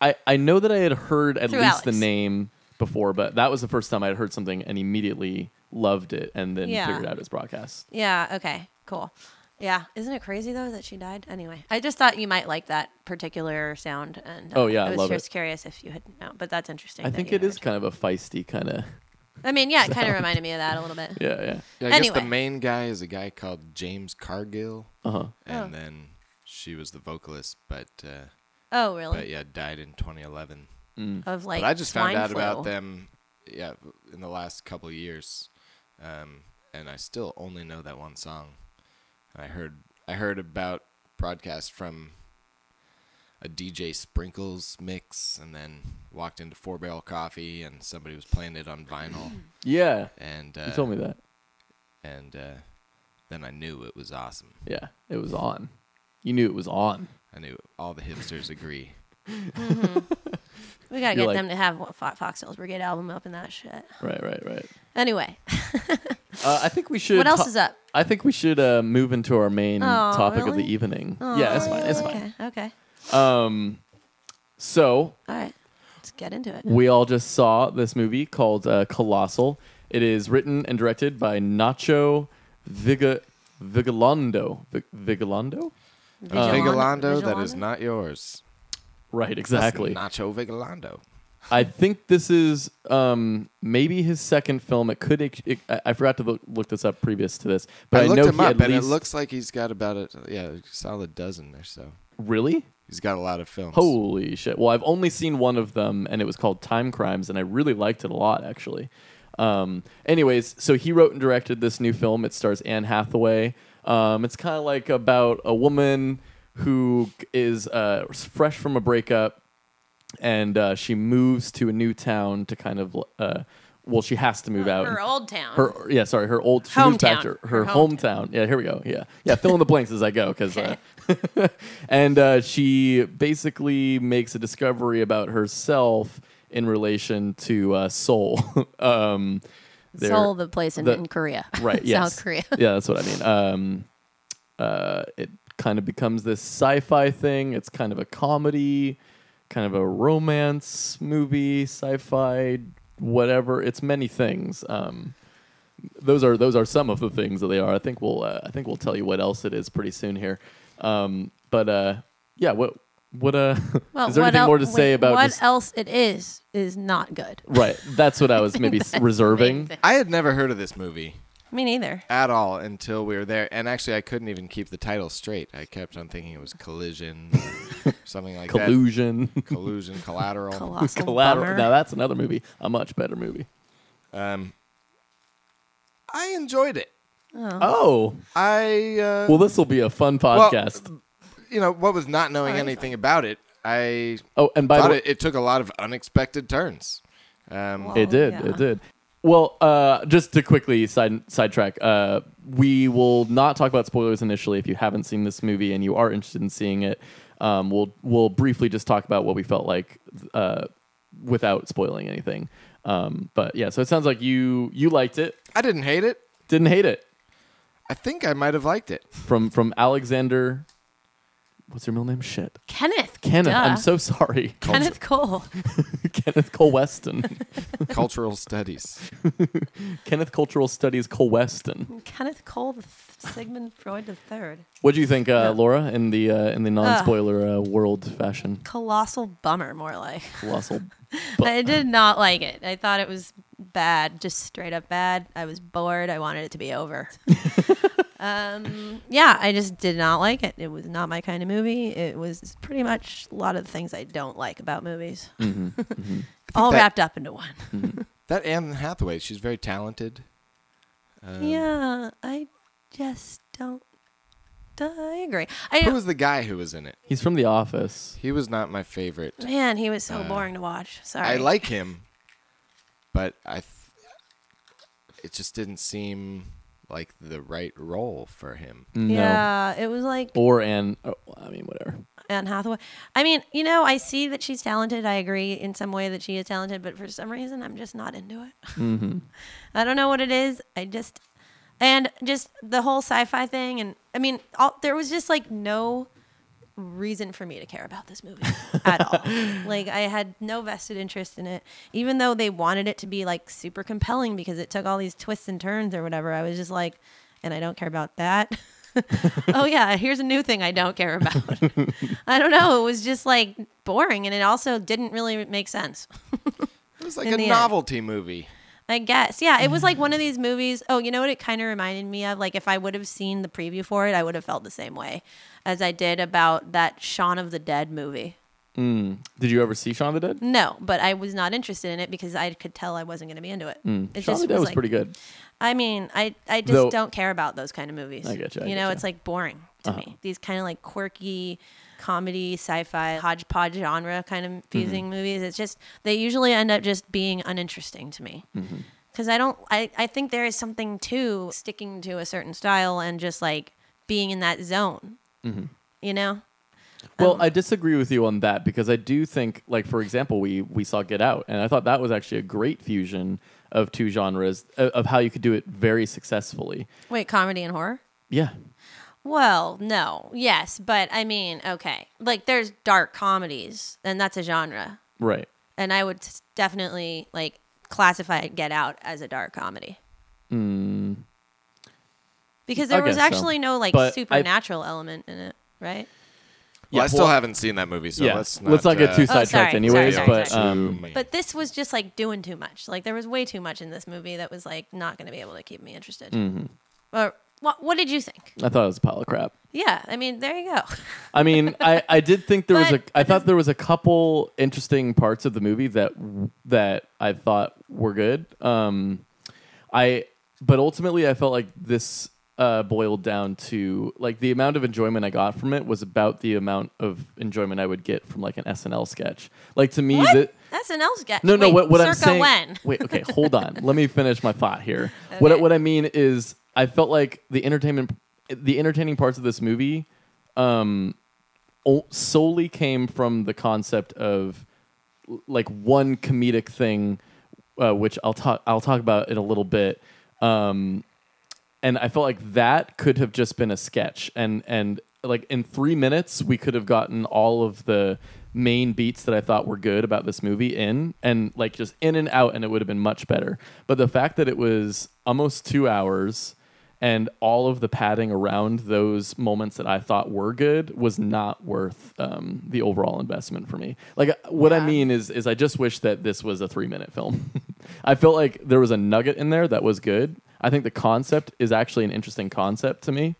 A: I, I know that I had heard at
B: Through
A: least
B: Alex.
A: the name before, but that was the first time I had heard something and immediately loved it and then
B: Yeah.
A: figured out his broadcast.
B: Yeah. Okay. Cool. Yeah. Isn't it crazy though that she died? Anyway, I just thought you might like that particular sound, and uh,
A: Oh, yeah, I
B: I was
A: love
B: just
A: it.
B: curious if you had known, but that's interesting.
A: I
B: that
A: think
B: you
A: it is
B: heard.
A: kind of a feisty kind of.
B: I mean, yeah, it kind of reminded me of that a little bit.
A: Yeah, yeah.
C: Yeah, I guess the
B: Anyway.
C: main guy is a guy called James Cargill,
A: Uh huh.
C: and
B: Oh.
C: then she was the vocalist, but uh,
B: Oh,
C: but
B: really?
C: yeah, died in 2011.
B: Of like.
C: Mm. but I just found
B: swine
C: out about
B: flu.
C: them, yeah, in the last couple of years, um, and I still only know that one song. I heard I heard about broadcast from a DJ Sprinkles mix, and then walked into Four Barrel Coffee, and somebody was playing it on vinyl,
A: Yeah.
C: and uh,
A: You told me that.
C: and uh, then I knew it was awesome.
A: Yeah, it was on. You knew it was on.
C: I knew all the hipsters agree.
B: We
A: You're
B: gotta get
A: like-
B: them to have a Fo- Fox Hills Brigade album up and that shit.
A: Right, right, right.
B: Anyway,
A: Uh, I think we should.
B: what else
A: ta-
B: is up?
A: I think we should uh, move into our main
B: Aw,
A: topic of
B: really? Oh,
A: the evening. yeah, it's fine. It's fine.
B: Okay. Okay.
A: So
B: All right. Let's get into
C: Mm.
B: it.
A: we all just saw this movie called uh, Colossal. It is written and directed by Nacho Viga- Vigalondo. Vig- Vigalondo?
C: Uh, Vigilando,
B: Vigilando?
C: that is not yours.
A: Right,
C: That's
A: exactly.
C: Nacho Vigilando.
A: I think this is um, maybe his second film. It could. It, it- I I forgot to look, look this up previous to this, but
C: I,
A: I,
C: looked
A: know
C: him
A: he
C: up,
A: at
C: and it
A: least
C: looks like he's got about a yeah, a solid dozen or so.
A: really.
C: He's got a lot of films.
A: Holy shit! Well, I've only seen one of them, and it was called Time Crimes, and I really liked it a lot, actually. Um, anyways, so he wrote and directed this new film. It stars Anne Hathaway. Um, it's kind of like about a woman who is uh, fresh from a breakup, and uh, she moves to a new town to kind of. Uh, well, she has to move out.
B: Her old town.
A: Her yeah, sorry, her old she moved back
B: Hometown.
A: to her,
B: Her
A: hometown.
B: hometown.
A: Yeah, here we go. Yeah, yeah. Fill in the blanks as I go, because uh, and uh, she basically makes a discovery about herself in relation to uh, Seoul. um, their-
B: Seoul, the place in,
A: the-
B: in Korea.
A: right? Yes,
B: South Korea.
A: yeah, that's what I mean. Um, uh, it kind of becomes this sci-fi thing. It's kind of a comedy, kind of a romance movie, sci-fi, whatever. It's many things. Um, those are those are some of the things that they are. I think we'll uh, I think we'll tell you what else it is pretty soon here. Um, but uh, yeah, what what uh, is there
B: what
A: anything
B: el-
A: more to say
B: wait,
A: about
B: what
A: just-
B: else it is is not good.
A: right? That's what I was maybe s- reserving.
B: thing.
C: I had never heard of this movie
B: Me neither.
C: at all until we were there, and actually, I couldn't even keep the title straight. I kept on thinking it was Collision, or something like
A: Collusion,
C: that. Collusion, Collateral.
B: Colossal
A: collateral.
B: bummer.
A: Now that's another movie, a much better movie.
C: um, I enjoyed it.
B: Uh-huh.
A: Oh,
C: I uh,
A: well, this will be a fun podcast.
C: you know what was not knowing anything about it. I
A: oh, and by the
C: thought
A: way,
C: it, it took a lot of unexpected turns. Um,
A: it did,
B: Oh, yeah.
A: it did. Well, uh, just to quickly side sidetrack, uh, we will not talk about spoilers initially. If you haven't seen this movie and you are interested in seeing it, um, we'll we'll briefly just talk about what we felt like uh, without spoiling anything. Um, but yeah, so it sounds like you you liked it,
C: I didn't hate it.
A: didn't hate it.
C: I think I might have liked it.
A: From from Alexander, what's your middle name? Shit,
B: Kenneth.
A: Kenneth.
B: duh.
A: I'm so sorry,
B: Kenneth Cole.
A: Kenneth Cole Weston.
C: Cultural studies.
A: Kenneth Cultural Studies Cole Weston.
B: Kenneth Cole, the th- Sigmund Freud the third.
A: What do you think, uh, Laura, in the uh, in the non-spoiler uh, world fashion?
B: Colossal bummer, more like.
A: Colossal.
B: I did not like it. I thought it was bad, just straight up bad. I was bored. I wanted it to be over. um, yeah, I just did not like it. It was not my kind of movie. It was pretty much a lot of the things I don't like about movies,
A: Mm-hmm,
B: all
C: that-
B: wrapped up into one.
C: That Anne Hathaway, she's very talented. Um,
B: yeah, I just don't. Duh, I agree. I
C: Who was the guy who was in it?
A: He's from The Office.
C: He was not my favorite.
B: man, he was so boring to watch. Sorry.
C: Uh, I like him, but I. Th- it just didn't seem like the right role for him.
A: No.
B: Yeah, it was like
A: Or and oh, I mean whatever.
B: Anne Hathaway. I mean, you know, I see that she's talented. I agree in some way that she is talented, but for some reason, I'm just not into it. I don't know what it is. I just and just the whole sci-fi thing, and I mean, all, there was just like no reason for me to care about this movie at all. Like I had no vested interest in it, even though they wanted it to be like super compelling because it took all these twists and turns or whatever. I was just like, and I don't care about that. oh yeah, here's a new thing I don't care about. I don't know. It was just like boring, and it also didn't really make sense.
C: It was like
B: In
C: a
B: the end.
C: novelty movie.
B: I guess. Yeah, it was like one of these movies. Oh, you know what it kind of reminded me of? Like if I would have seen the preview for it, I would have felt the same way as I did about that Shaun of the Dead movie.
A: Did you ever see Shaun of the Dead?
B: No, but I was not interested in it because I could tell I wasn't going to be into it. It
A: Hmm. Shaun of the Dead was pretty good.
B: I mean, I, I just
A: Though-
B: don't care about those kind of movies.
A: I getcha, I
B: you know,
A: getcha. Uh-huh.
B: it's like boring to me. These kind of like quirky comedy, sci-fi, hodgepodge genre kind
A: Mm-hmm.
B: of fusing movies. It's just they usually end up just being uninteresting to me.
A: Mm-hmm.
B: Because I don't, I, I think there is something to sticking to a certain style and just like being in that zone.
A: Mm-hmm.
B: You know,
A: Well,
B: um,
A: I disagree with you on that because I do think, like for example, we we saw Get Out, and I thought that was actually a great fusion of two genres of, of how you could do it very successfully.
B: wait, comedy and horror.
A: Yeah,
B: Well, no, yes, but I mean, okay, like there's dark comedies, and that's a genre.
A: right.
B: and I would s- definitely like classify Get Out as a dark comedy. Because
A: Mm. I
B: there was
A: guess so.
B: actually no like
A: But I-
B: supernatural element in it, right?
C: Well,
A: Yeah,
C: I still
A: well-
C: haven't seen that movie, so
A: yeah,
C: let's not,
A: let's not get
C: uh,
A: too
C: go
B: Oh, sorry,
A: sidetracked,
B: sorry,
A: anyways.
B: sorry,
A: but
B: sorry.
A: um,
C: too-
B: But this was just like doing too much. Like there was way too much in this movie that was like not going to be able to keep me interested.
A: Mm-hmm.
B: Or what? What did you think?
A: I thought it was a pile of crap.
B: Yeah, I mean, there you go.
A: I mean, I, I did think there was a
B: But-
A: I thought there was a couple interesting parts of the movie that that I thought were good. Um, I but ultimately I felt like this uh, boiled down to like the amount of enjoyment I got from it was about the amount of enjoyment I would get from like an SNL sketch. Like to me,
B: What?
A: that
B: That's an else get.
A: no, no.
B: Wait,
A: What, what I'm
B: circa
A: saying?
B: When?
A: Wait, okay, hold on. Let me finish my thought here. What I-
B: Okay.
A: what I mean is, I felt like the entertainment, the entertaining parts of this movie, um, o- solely came from the concept of l- like one comedic thing, uh, which I'll talk I'll talk about in a little bit. Um, and I felt like that could have just been a sketch, and and like in three minutes we could have gotten all of the main beats that I thought were good about this movie in, and like just in and out, and it would have been much better. But the fact that it was almost two hours, and all of the padding around those moments that I thought were good was not worth um, the overall investment for me. Like uh, what I mean is, is I just wish that this was a three minute film. I felt like there was a nugget in there that was good. I think the concept is actually an interesting concept to me,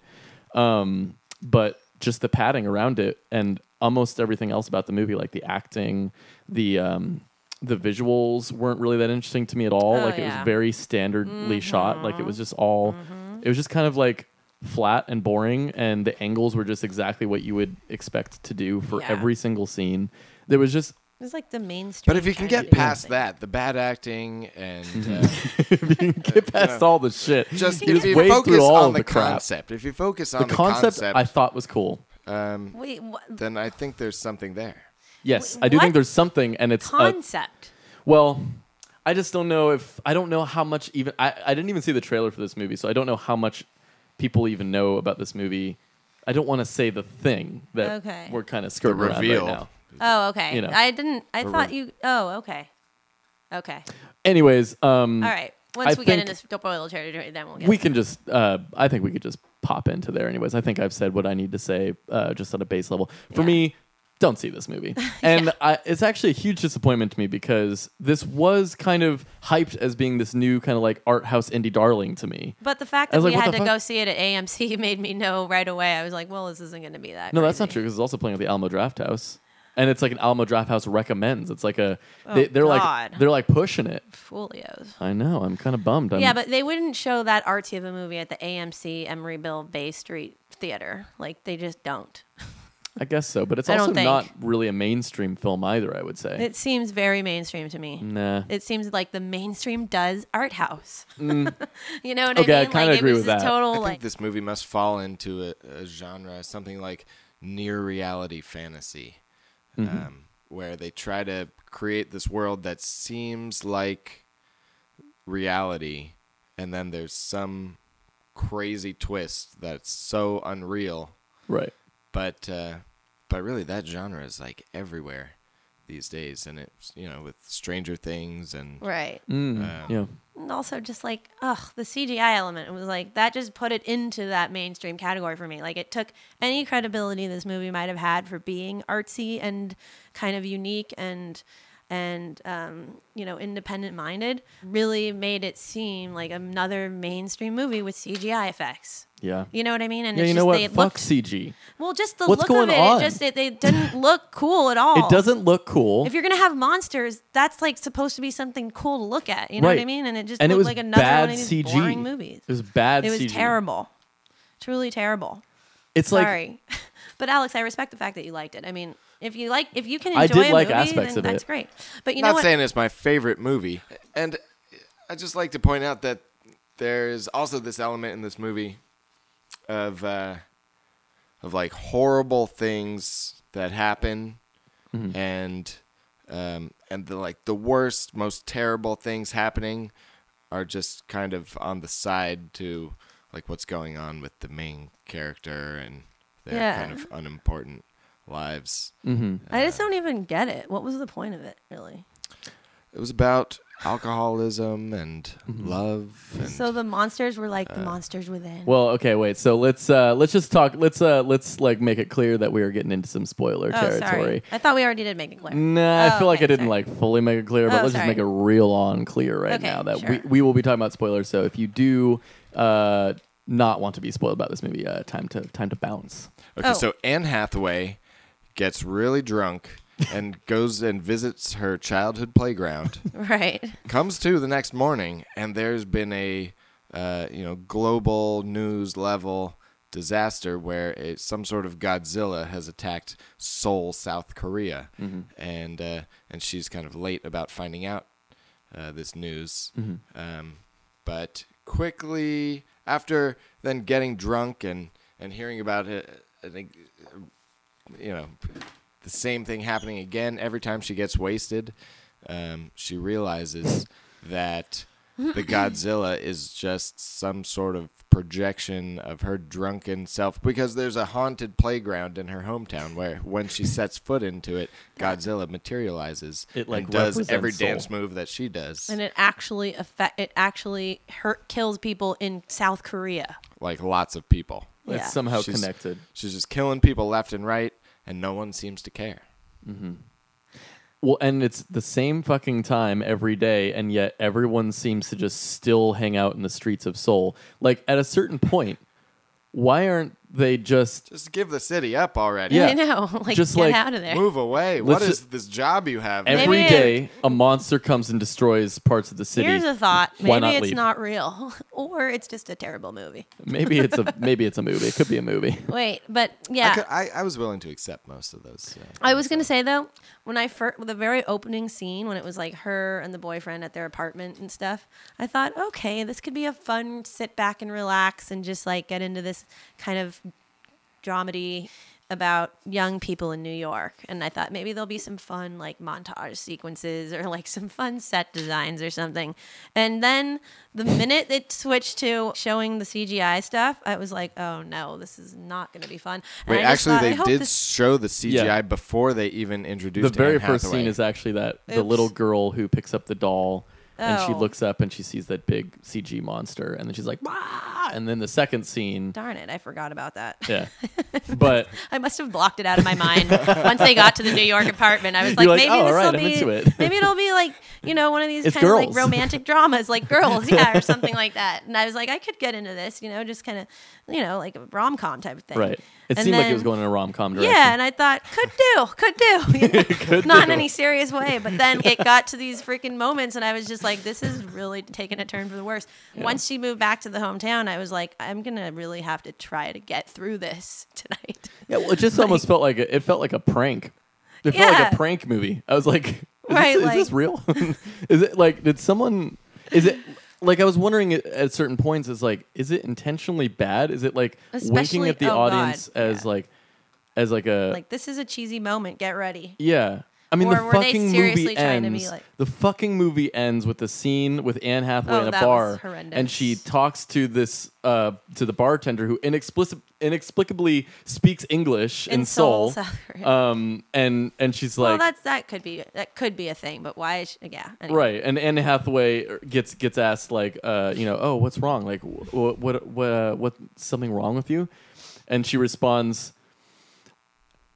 A: um, but just the padding around it and almost everything else about the movie, like the acting, the um, the visuals weren't really that interesting to me at all.
B: Oh,
A: like it was
B: yeah. Mm-hmm.
A: very very standardly shot. Like it was just all, it was just kind of like flat and boring, and the angles were just exactly what you would expect to do for
B: Yeah.
A: every single scene. There was just,
B: It was like the mainstream.
C: But if you can
B: kind of
C: get past
B: thing.
C: that, the bad acting and uh,
A: get past all the shit.
C: just
A: You
C: if you
A: wade
C: focus
A: all
C: on
A: of
C: the
A: crap.
C: concept, if you focus
A: The
C: on the
A: concept,
C: concept,
A: I thought was cool.
C: um,
B: Wait, what?
A: Uh,
C: then I think there's something there.
A: Yes,
B: Wh-
A: I do think
B: what?
A: there's something, and it's uh,
B: Concept.
A: Well, I just don't know if I don't know how much even I, I didn't even see the trailer for this movie, so I don't know how much people even know about this movie. I don't want to say the thing that
B: Okay.
A: we're kind of skirting
C: The
A: around
C: reveal.
A: right now.
B: Oh, okay.
A: you know.
B: I didn't. I
C: Or
B: thought
C: re-
B: you. Oh, okay. Okay.
A: Anyways, um,
B: All right. Once
A: I
B: we get
A: think-
B: into spoiler territory, then we'll get.
A: we can just uh, I think we could just pop into there. Anyways, I think I've said what I need to say uh, just on a base level. For
B: Yeah.
A: me, don't see this movie, and I, it's actually a huge disappointment to me because this was kind of hyped as being this new kind of like art house indie darling to me.
B: But the fact
A: I
B: that
A: was
B: we
A: like, what
B: had
A: the
B: to
A: fuck?
B: go see it at AMC made me know right away. I was like, well, this isn't going to be that.
A: No, that's not
B: crazy.
A: true because it's also playing at the Alamo Draft House, and it's like an Alamo Draft House recommends. It's like a they, they're
B: Oh, God.
A: like they're like pushing it.
B: Folios.
A: I know. I'm kind of bummed. I'm,
B: Yeah, but they wouldn't show that artsy of a movie at the AMC Emeryville Bay Street Theater. Like they just don't.
A: I guess so. But it's
B: I don't
A: also
B: think.
A: not really a mainstream film either. I would say.
B: It seems very mainstream to me.
A: nah.
B: It seems like the mainstream does art house. you know what
A: Mm. Okay, I
B: I mean?
A: kinda
B: like,
A: agree
B: it was
A: with
B: this
A: that.
B: Total
C: I
B: like
C: think this movie must fall into a, a genre, something like near reality fantasy, um, where they try to create this world that seems like reality, and then there's some crazy twist that's so unreal,
A: right.
C: but uh, but really that genre is like everywhere these days and it's you know with stranger things and
B: Right.
C: uh,
A: Mm, yeah.
B: And also just like, ugh, the CGI element. It was like that just put it into that mainstream category for me. Like it took any credibility this movie might have had for being artsy and kind of unique and and um, you know independent minded really made it seem like another mainstream movie with CGI effects.
A: Yeah.
B: You know what I mean? And
A: Yeah,
B: it's
A: you know
B: just
A: what?
B: they
A: Fuck
B: looked
A: CG.
B: well, just the
A: What's
B: look
A: going
B: of it,
A: on?
B: it just it, they didn't look cool at all.
A: It doesn't look cool.
B: If you're gonna have monsters, that's like supposed to be something cool to look at. You know what I
A: Right.
B: mean? And it just
A: and it
B: looked
A: was
B: like another
A: bad
B: one of these
A: CG.
B: boring movies.
A: It was bad
B: It was
A: CG.
B: terrible, truly terrible.
A: It's like
B: Sorry, but Alex, I respect the fact that you liked it. I mean, if you like, if you can
A: I
B: enjoy
A: did
B: a
A: like
B: movie,
A: aspects
B: then
A: of
B: that's
A: it.
B: great. But you
C: not
B: know what?
C: saying it's my favorite movie and i just like to point out that there's also this element in this movie of uh of like horrible things that happen Mm-hmm. and um and the like the worst most terrible things happening are just kind of on the side to like what's going on with the main character and their
B: Yeah.
C: kind of unimportant lives
B: I just don't even get it. What was the point of it, really?
C: It was about alcoholism and love. And
B: So the monsters were like the
A: Uh,
B: monsters within.
A: Well, okay, wait. So let's uh, let's just talk. Let's uh, let's like make it clear that we are getting into some spoiler
B: oh,
A: territory. Mm.
B: sorry. I thought we already did make it clear.
A: Nah, I
B: Oh,
A: feel like
B: okay,
A: I didn't
B: sorry.
A: like fully make it clear, but
B: Oh,
A: let's just
B: sorry.
A: make it real on clear right
B: Okay,
A: now that we,
B: sure.
A: we will be talking about spoilers. So if you do uh, not want to be spoiled about this movie, uh, time to time to bounce.
C: okay,
B: Oh.
C: so Anne Hathaway gets really drunk and goes and visits her childhood playground.
B: Right.
C: comes to the next morning, and there's been a uh, you know global news level disaster where it, some sort of Godzilla has attacked Seoul, South Korea, and uh, and she's kind of late about finding out uh, this news. Um, but quickly after then getting drunk and and hearing about it, I think you know the same thing happening again every time she gets wasted. Um, she realizes that the Godzilla is just some sort of projection of her drunken self because there's a haunted playground in her hometown where when she sets foot into it Godzilla materializes
A: It, like,
C: and does every
A: represents Seoul.
C: dance move that she does
B: And it actually affect it actually hurt kills people in South Korea.
C: like lots of people.
B: Yeah.
A: It's somehow
C: She's-
A: connected.
C: She's just killing people left and right, and no one seems to care.
A: Well, and it's the same fucking time every day, and yet everyone seems to just still hang out in the streets of Seoul. Like at a certain point, why aren't they just
C: Just give the city up already.
A: Yeah.
B: I know. Like
A: Just,
B: get
A: like,
B: out of there.
C: Move away.
A: Let's
C: What
A: ju-
C: is this job you have?
A: Every day
B: Maybe-
A: a monster comes and destroys parts of the city?
B: Here's a thought.
A: Why
B: Maybe
A: not
B: it's
A: leave?
B: not real. Or it's just a terrible movie.
A: maybe it's a maybe it's a movie. It could be a movie.
B: Wait, but
C: I,
B: yeah.
C: could- I, I was willing to accept most of those. uh,
B: I was gonna say though, when I first the very opening scene when it was like her and the boyfriend at their apartment and stuff, I thought, okay, this could be a fun sit back and relax and just like get into this kind of dramedy about young people in New York. And I thought maybe there'll be some fun like montage sequences or like some fun set designs or something. And then the minute it switched to showing the CGI stuff, I was like, oh no, this is not going to be fun. And
C: Wait,
B: I just
C: actually,
B: thought, I
C: they
B: hope
C: did
B: this-
C: show the CGI
A: Yeah.
C: before they even introduced
A: the very
C: Anne
A: first
C: Hathaway.
A: scene is actually that the
B: Oops.
A: little girl who picks up the doll and she
B: Oh.
A: looks up and she sees that big CG monster and then she's like, "Wah!" and then the second scene,
B: Darn it, I forgot about that.
A: yeah. But
B: I must have blocked it out of my mind once they got to the New York apartment. I was like,
A: You're like,
B: maybe
A: "Oh,
B: this
A: alright,
B: will
A: I'm
B: be
A: into it."
B: maybe it'll be like you know one of these
A: It's
B: kind of like
A: girls.
B: romantic dramas, like girls, yeah, or something like that. And I was like, I could get into this, you know, just kind of you know like a rom com type of thing.
A: right, it
B: And
A: seemed like it
B: then-
A: was going in a rom com direction.
B: yeah, and I thought could do, could do, you know, not in any serious way. But then it got to these freaking moments, and I was just like, this is really taking a turn for the worse. Once she moved back to the hometown, I was like, I'm gonna really have to try to get through this tonight.
A: Yeah, well, it just almost felt like a, it felt like a prank. It felt like
B: Yeah.
A: a prank movie. I was like, is,
B: Right,
A: this,
B: like-
A: is this real? is it like did someone? Is it like I was wondering at, at certain points? Is like is it intentionally bad? Is it like winking
B: Especially-
A: at the
B: oh, God,
A: audience as
B: yeah.
A: like as like a
B: like this is a cheesy moment get ready
A: yeah? I mean, the
B: Or were they
A: fucking
B: seriously
A: movie
B: trying to be
A: ends.
B: like-
A: the fucking movie ends with a scene with Anne Hathaway
B: Oh,
A: in a
B: that was
A: bar,
B: horrendous.
A: and she talks to this uh, to the bartender who inexplic- inexplicably speaks English in,
B: In Seoul,
A: Seoul.
B: South Korea.
A: Um, and and she's
B: well,
A: like,
B: that's that could be that could be a thing, but why? Is, yeah, anyway.
A: Right, and Anne Hathaway gets gets asked like, uh, you know, oh, what's wrong? Like, what what what uh, what something wrong with you? And she responds,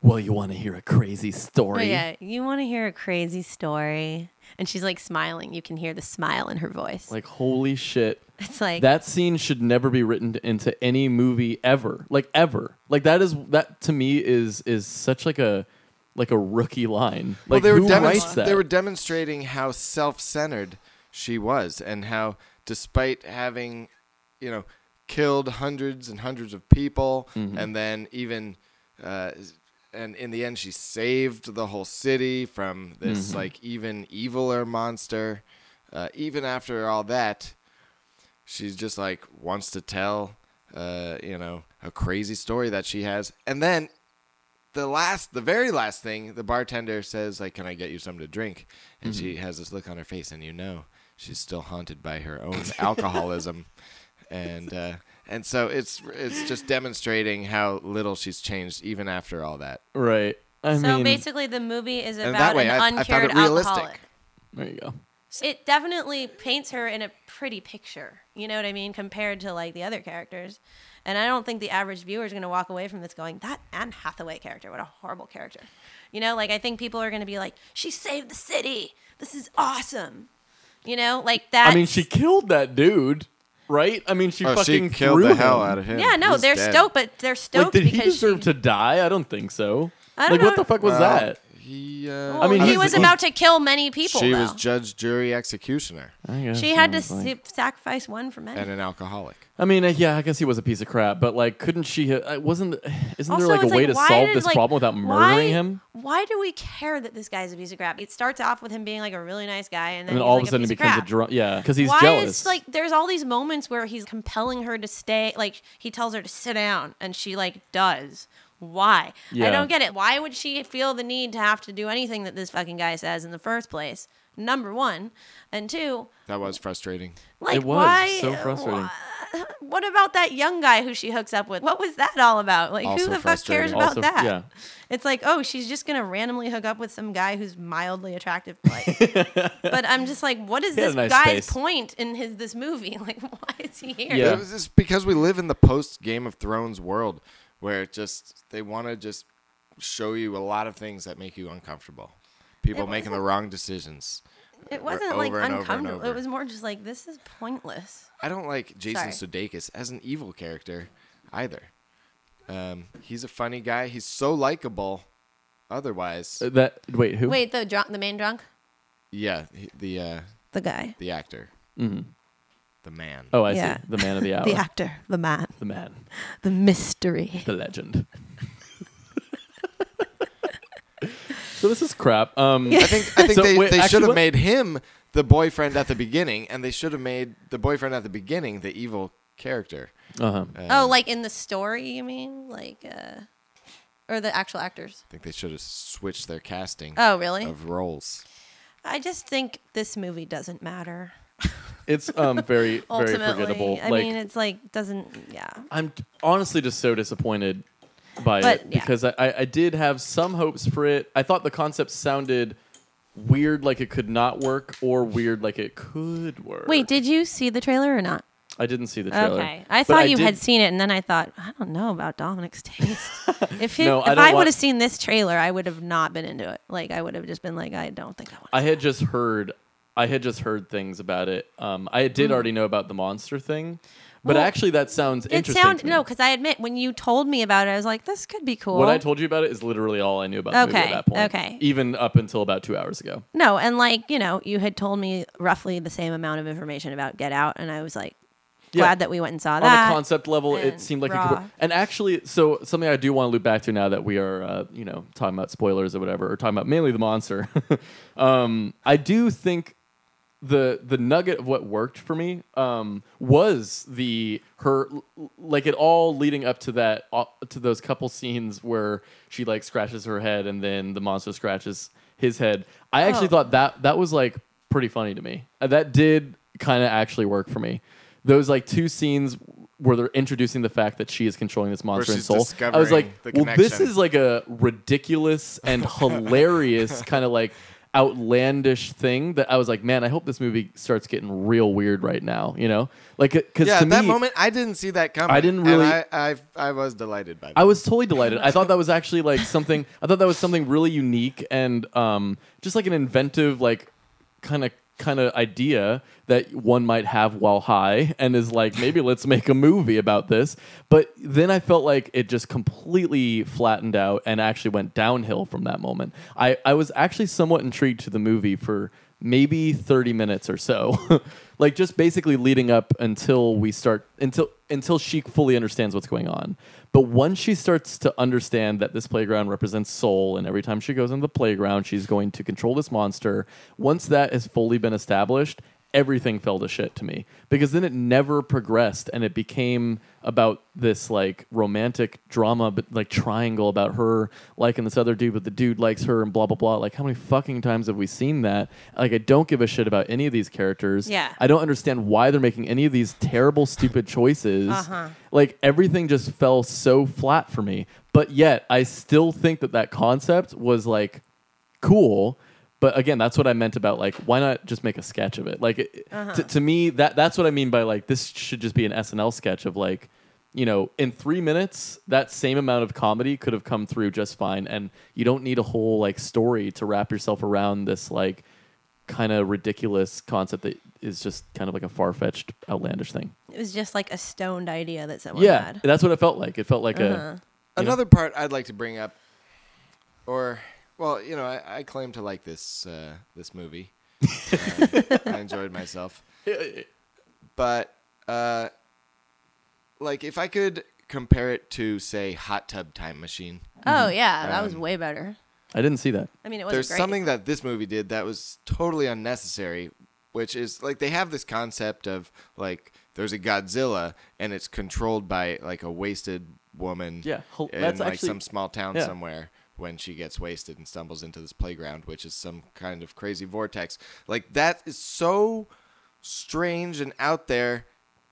A: "Well, you want to hear a crazy
B: Oh,
A: story?
B: yeah, you want to hear a crazy story? And she's like smiling. You can hear the smile in her voice.
A: Like, holy shit,
B: it's like
A: that scene should never be written into any movie ever. Like ever. Like that is that to me is is such like a like a rookie line. Like
C: well, they
A: who
C: were demonst-
A: writes that?
C: They were demonstrating how self-centered she was, and how, despite having, you know, killed hundreds and hundreds of people,
A: Mm-hmm.
C: and then even, uh, and in the end, she saved the whole city from this
A: Mm-hmm.
C: like even eviler monster. Uh, even after all that, she's just like wants to tell, uh, you know, a crazy story that she has, and then the last, the very last thing, the bartender says, like, "Can I get you something to drink?" And she has this look on her face, and you know she's still haunted by her own alcoholism, and uh, and so it's it's just demonstrating how little she's changed even after all that.
A: right. I
B: so.
A: mean,
B: basically, the movie is
C: And
B: about
C: that way,
B: an
C: I, I
B: uncured
C: found it realistic.
B: alcoholic.
A: there you go.
B: It definitely paints her in a pretty picture. You know what I mean, compared to like the other characters. And I don't think the average viewer is going to walk away from this going, "That Anne Hathaway character, what a horrible character." You know, like I think people are going to be like, "She saved the city. This is awesome." You know, like that.
A: I mean, she killed that dude, right? I mean, she
C: Oh, she
A: fucking
C: killed
A: threw
C: the hell
A: him.
C: out of him.
B: Yeah, no,
C: He's
B: they're
C: dead.
B: stoked, but they're
A: Like,
B: stoked
A: did he
B: because
A: deserve
B: she,
A: to die? I don't think so.
B: I
A: like,
B: don't
A: what
B: know.
A: the fuck was
C: Well,
A: that?
C: He, uh,
B: Well,
A: I mean,
B: he
A: he's-
B: was
A: he's-
B: about to kill many people.
C: she
B: though.
C: was judge, jury, executioner,
B: She had to si- sacrifice one for many.
C: and an alcoholic.
A: I mean, uh, yeah, I guess he was a piece of crap, but like, couldn't she? ha- uh, Wasn't isn't
B: also,
A: there like a
B: it's
A: way to
B: why
A: solve
B: did,
A: this
B: like,
A: problem without murdering
B: why,
A: him?
B: Why do we care that this guy's a piece of crap? It starts off with him being like a really nice guy, and then,
A: And then
B: he's,
A: all
B: like,
A: of a sudden he
B: piece
A: becomes a
B: crap.
A: drunk. Yeah, because he's
B: why
A: jealous.
B: is like there's all these moments where he's compelling her to stay like he tells her to sit down and she like does why
A: Yeah.
B: i don't get it why would she feel the need to have to do anything that this fucking guy says in the first place number one and two
C: That was frustrating.
B: like
A: it was
B: why
A: so frustrating.
B: why- what about that young guy who she hooks up with what was that all about like
C: Also
B: who the fuck
C: frustrating.
B: cares about
A: Also-
B: that
A: yeah.
B: it's like oh she's just gonna randomly hook up with some guy who's mildly attractive like but i'm just like what is
A: He had
B: this
A: a nice
B: guy's
A: face.
B: point in his this movie like why is he here
A: Yeah.
C: It was just because we live in the post Game of Thrones world where it just they want to just show you a lot of things that make you uncomfortable. People
B: It
C: making the
B: wasn't-
C: wrong decisions.
B: it wasn't
C: over
B: like
C: and over and
B: uncomfortable
C: over.
B: it was more just like this is pointless
C: I don't like Jason Sudeikis as an evil character either. Um, he's a funny guy. He's so likable. Otherwise,
A: Uh, that wait, who?
B: wait the drunk the main drunk
C: yeah, he- the uh,
B: the guy
C: the actor, the man.
A: Oh, I
B: Yeah.
A: see. The man of the hour.
B: the actor the man
A: the man.
B: the mystery
A: The legend. so this is crap. Um,
C: I think I think
A: So,
C: they,
A: wait,
C: they
A: actually,
C: should have
A: what-
C: made him the boyfriend at the beginning, and they should have made the boyfriend at the beginning the evil character.
A: uh-huh.
B: oh like in the story you mean like uh or the actual actors
C: I think they should have switched their casting
B: oh really
C: of roles.
B: I just think this movie doesn't matter.
A: It's um very very
B: Ultimately,
A: forgettable.
B: I
A: like er,
B: mean, it's like doesn't. Yeah,
A: I'm t- honestly just so disappointed by
B: But,
A: it
B: yeah.
A: because I, I, I did have some hopes for it. I thought the concept sounded weird, like it could not work, or weird, like it could work.
B: Wait, did you see the trailer or not?
A: I didn't see the trailer.
B: Okay, I
A: But
B: thought you
A: did-
B: had seen it, and then I thought I don't know about Dominic's taste. if he,
A: No, I
B: if
A: don't
B: I, would
A: watch-
B: have seen this trailer, I would have not been into it. Like I would have just been like, I don't think I want.
A: I had just heard. I had just heard things about it. Um, I did already know about the monster thing, but
B: Hmm. Well,
A: actually, that sounds
B: It
A: interesting.
B: sound
A: to me.
B: no, because I admit when you told me about it, I was like, this could be cool.
A: What I told you about it is literally all I knew about the movie at
B: Okay,
A: that point.
B: okay.
A: Even up until about two hours ago.
B: No, and like you know, you had told me roughly the same amount of information about Get Out, and I was like,
A: Yeah.
B: glad that we went and saw
A: on
B: that.
A: a concept level, it
B: and
A: seemed like it could work.
B: raw.
A: And actually, so something I do want to loop back to now that we are, uh, you know, talking about spoilers or whatever, or talking about mainly the monster. um, I do think the the nugget of what worked for me um, was the her like it all leading up to that uh, to those couple scenes where she like scratches her head and then the monster scratches his head. I actually
B: Oh.
A: thought that that was like pretty funny to me. Uh, That did kind of actually work for me. Those like two scenes where they're introducing the fact that she is controlling this monster and
C: she's
A: soul. I was
C: discovering
A: like,
C: the
A: well, this
C: connection.
A: is like a ridiculous and hilarious kind of like outlandish thing that I was like, man, I hope this movie starts getting real weird right now. You know, like because
C: Yeah,
A: to
C: at that
A: me,
C: moment, I didn't see that coming.
A: I didn't
C: and
A: really-
C: I, I, I was delighted by that.
A: I was totally delighted. I thought that was actually like something. I thought that was something really unique and um, just like an inventive, like kind of kind of idea that one might have while high, and is like maybe let's make a movie about this. But then I felt like it just completely flattened out and actually went downhill from that moment. I I was actually somewhat intrigued to the movie for maybe 30 minutes or so like just basically leading up until we start until until she fully understands what's going on but once she starts to understand that this playground represents soul and every time she goes on the playground she's going to control this monster once that has fully been established everything fell to shit to me because then it never progressed and it became about this like romantic drama but like triangle about her liking this other dude but the dude likes her and blah blah blah like how many fucking times have we seen that like i don't give a shit about any of these characters
B: Yeah.
A: i don't understand why they're making any of these terrible stupid choices
B: Uh-huh.
A: like everything just fell so flat for me but yet i still think that that concept was like cool. But again, that's what I meant about like, why not just make a sketch of it? Like, it, to, to me, that that's what I mean by like, this should just be an SNL sketch of like, you know, in three minutes, that same amount of comedy could have come through just fine, and you don't need a whole like story to wrap yourself around this like kind of ridiculous concept that is just kind of like a far fetched, outlandish thing.
B: It was just like a stoned idea that someone
A: yeah,
C: Mm-hmm.
B: had.
A: that's what it felt like. It felt like
B: Uh-huh.
A: a you know?
C: Another part I'd like to bring up, or well, you know, I, I claim to like this uh, this movie. Uh, I enjoyed myself, but uh, like if I could compare it to say Hot Tub Time Machine,
B: Oh yeah, that was
C: Um,
B: way better.
A: I didn't see that.
B: I mean, it was
C: there's
B: great.
C: something that this movie did that was totally unnecessary, which is like they have this concept of like there's a Godzilla and it's controlled by like a wasted woman.
A: Yeah, hel-
C: in
A: that's
C: like
A: actually-
C: some small town
A: yeah.
C: somewhere when she gets wasted and stumbles into this playground, which is some kind of crazy vortex. Like that is so strange and out there.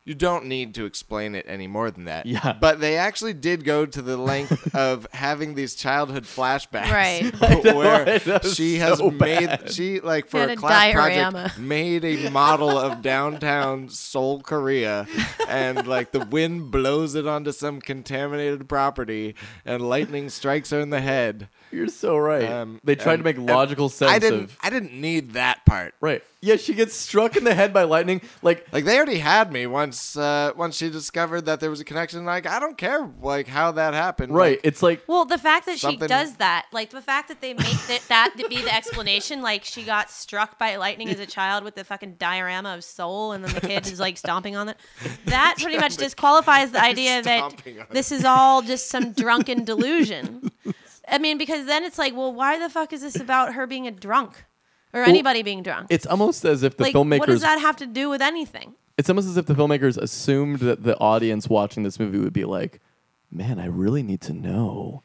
C: You don't need to explain it any more than that.
A: Yeah.
C: But they actually did go to the length of having these childhood flashbacks
B: Right.
C: where
A: that was
C: she has
A: so
C: made
A: bad.
C: she like for
B: Had
C: a,
B: a
C: class
B: diorama.
C: project made a model of downtown Seoul, Korea, and like the wind blows it onto some contaminated property, and lightning strikes her in the head.
A: You're so right.
C: Um,
A: they tried
C: and-
A: to make
C: and
A: logical sense
C: I didn't.
A: of
C: I didn't need that part.
A: Right. Yeah, she gets struck in the head by lightning. Like,
C: Like they already had me once. Uh, once she discovered that there was a connection, like I don't care like how that happened.
A: right.
C: Like,
A: It's like,
B: Well, the fact that she
C: Something-
B: does that, like the fact that they make that, that to be the explanation, like she got struck by lightning as a child with the fucking diorama of soul, and then the kid is like stomping on it. That pretty much disqualifies the idea that
C: stomping on it.
B: this is all just some drunken delusion. I mean, because then it's like, well, why the fuck is this about her being a drunk or anybody being drunk?
A: it's almost as if the
B: Like,
A: filmmakers.
B: what does that have to do with anything?
A: it's almost as if the filmmakers assumed that the audience watching this movie would be like, "Man, I really need to know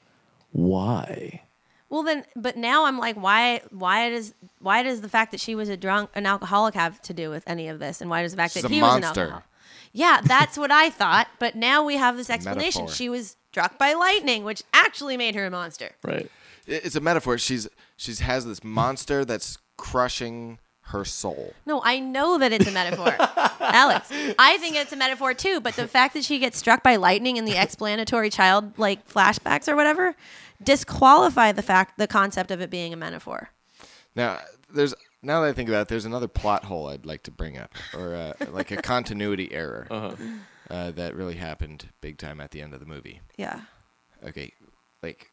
A: why."
B: Well then, but now I'm like, why? Why does why does the fact that she was a drunk, an alcoholic, have to do with any of this? And why does the fact
C: She's
B: that
C: a
B: he was
C: monster.
B: an alcoholic? Yeah, that's what I thought. But now we have this explanation.
C: metaphor.
B: She was struck by lightning, which actually made her a monster.
A: Right.
C: it- it's a metaphor. She's she's has this monster that's crushing her soul.
B: No, I know that it's a metaphor, Alex. I think it's a metaphor too. But the fact that she gets struck by lightning in the explanatory child like flashbacks or whatever disqualify the fact the concept of it being a metaphor.
C: Now, there's now that I think about it, there's another plot hole I'd like to bring up, or uh, like a continuity error uh, that really happened big time at the end of the movie.
B: Yeah.
C: Okay, like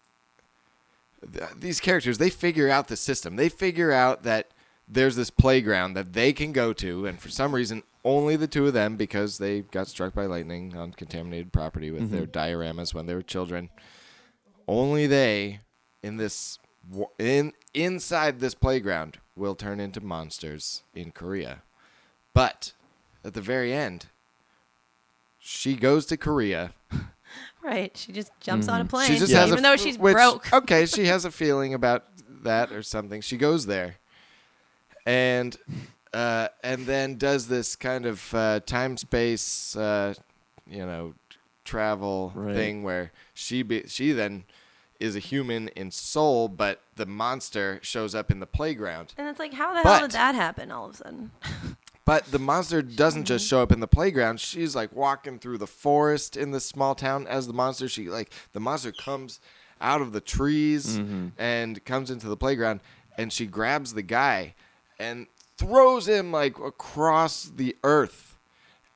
C: th- these characters, they figure out the system. They figure out that there's this playground that they can go to, and for some reason, only the two of them, because they got struck by lightning on contaminated property with their dioramas when they were children. Only they, in this, wa- in inside this playground, will turn into monsters in Korea. But at the very end, she goes to Korea.
B: Right. She just jumps on a plane.
C: She just
A: Yeah.
C: has
B: even
C: a,
B: though she's
C: which-
B: broke.
C: Okay, she has a feeling about that or something. She goes there, and uh, and then does this kind of uh, time space, uh, you know, travel
A: Right.
C: thing where she be, she then is a human in Seoul, but the monster shows up in the playground.
B: And it's like, how the
C: But-
B: hell did that happen all of a sudden?
C: But the monster doesn't just show up in the playground. She's like walking through the forest in this small town as the monster. She like the monster comes out of the trees and comes into the playground and she grabs the guy and throws him like across the earth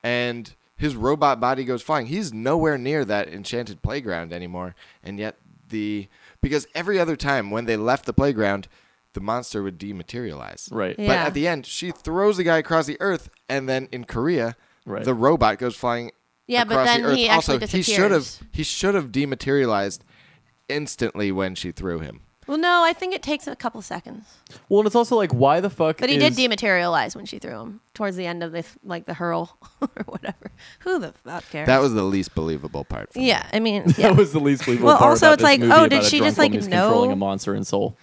C: and his robot body goes flying. He's nowhere near that enchanted playground anymore. And yet the because every other time when they left the playground, the monster would dematerialize.
A: Right.
C: But
B: Yeah.
C: at the end, she throws the guy across the earth, and then in Korea,
A: Right.
C: the robot goes flying.
B: Yeah, but
C: across
B: then
C: the earth.
B: he
C: also,
B: actually
C: he should have
B: disappears.
C: he should have dematerialized instantly when she threw him.
B: Well, no, I think it takes a couple seconds.
A: Well, and it's also like, why the fuck?
B: But he
A: is,
B: did dematerialize when she threw him towards the end of the like the hurl or whatever. Who the fuck cares?
C: That was the least believable part. For me.
B: yeah. I mean,
A: That
B: yeah.
A: was the least believable
B: Well,
A: part
B: also,
A: about
B: it's
A: this
B: like,
A: movie
B: oh,
A: about
B: did
A: a
B: she
A: drunk
B: just, like,
A: woman who's controlling
B: know?
A: a monster in Seoul?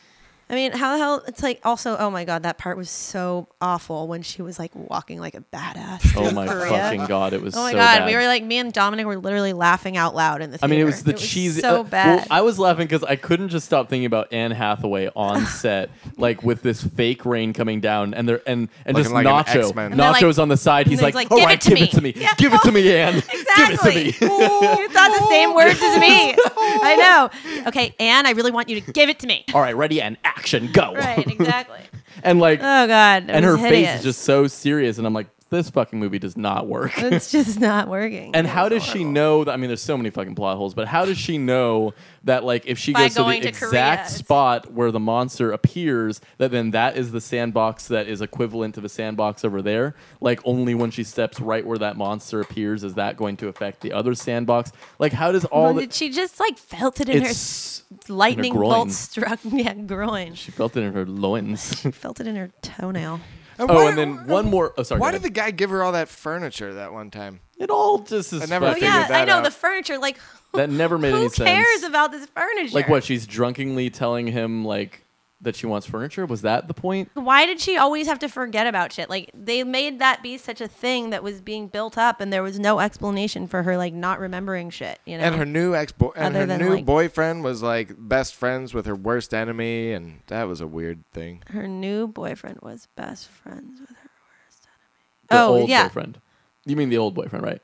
B: I mean, how the hell? It's like also, oh my god, that part was so awful when she was like walking like a badass.
A: Oh
B: through
A: my
B: Korea.
A: fucking god, it was
B: Oh my
A: so
B: god,
A: bad.
B: we were like, me and Dominic were literally laughing out loud in the.
A: I
B: Theater.
A: mean, it was the
B: cheese.
A: cheesy. uh,
B: So
A: well,
B: bad.
A: I was laughing because I couldn't just stop thinking about Anne Hathaway on set, like with this fake rain coming down, and there and and
C: Looking
A: just
C: like an
A: Nacho,
C: X-Men. And
B: they're like-
A: Nacho's on the side. He's
B: and
A: like,
B: he's like,
A: "All
B: "Give
A: right,
B: it to
A: give
B: me."
A: it to me,
B: Yeah.
A: give it to me, Anne,
B: Exactly.
A: give it to me."
B: you thought the same words as me. I know. Okay, Anne, I really want you to give it to me.
A: All right, ready and action, go!
B: Right, exactly.
A: and like,
B: Oh god, it
A: and her
B: was hideous.
A: face is just so serious, and I'm like, this fucking movie does not work.
B: It's just not working.
A: And how does she know that? I mean, there's so many fucking plot holes, but how does she know that, like, if she
B: By
A: goes to the
B: going to Korea,
A: exact
B: it's-
A: spot where the monster appears, that then that is the sandbox that is equivalent of a sandbox over there? Like, only when she steps right where that monster appears is that going to affect the other sandbox? Like, how does all
B: Well,
A: the.
B: did she just like felt it in her s-
A: It's.
B: lightning
A: groin.
B: bolt struck yeah groin?
A: She felt it in her loins.
B: Felt it in her toenail.
C: And
A: oh,
C: why-
A: and then one more. Oh, sorry.
C: Why
A: go
C: did the
A: ahead.
C: guy give her all that furniture that one time?
A: It all just is.
C: I never
B: Oh
A: fucking-
C: figured
B: yeah, I
C: that
B: know
C: out.
B: the furniture. Like
A: That never made
B: Oh, who
A: any sense.
B: cares about this furniture?
A: Like what? She's drunkenly telling him like that she wants furniture. Was that the point?
B: Why did she always have to forget about shit? Like they made that be such a thing that was being built up, and there was no explanation for her like not remembering shit. You know.
C: And her new ex boy and
B: Other
C: her
B: than,
C: new
B: like-
C: boyfriend was like best friends with her worst enemy, and that was a weird thing.
B: Her new boyfriend was best friends with her worst enemy.
A: The
B: oh
A: old
B: yeah.
A: boyfriend. You mean the old boyfriend, right?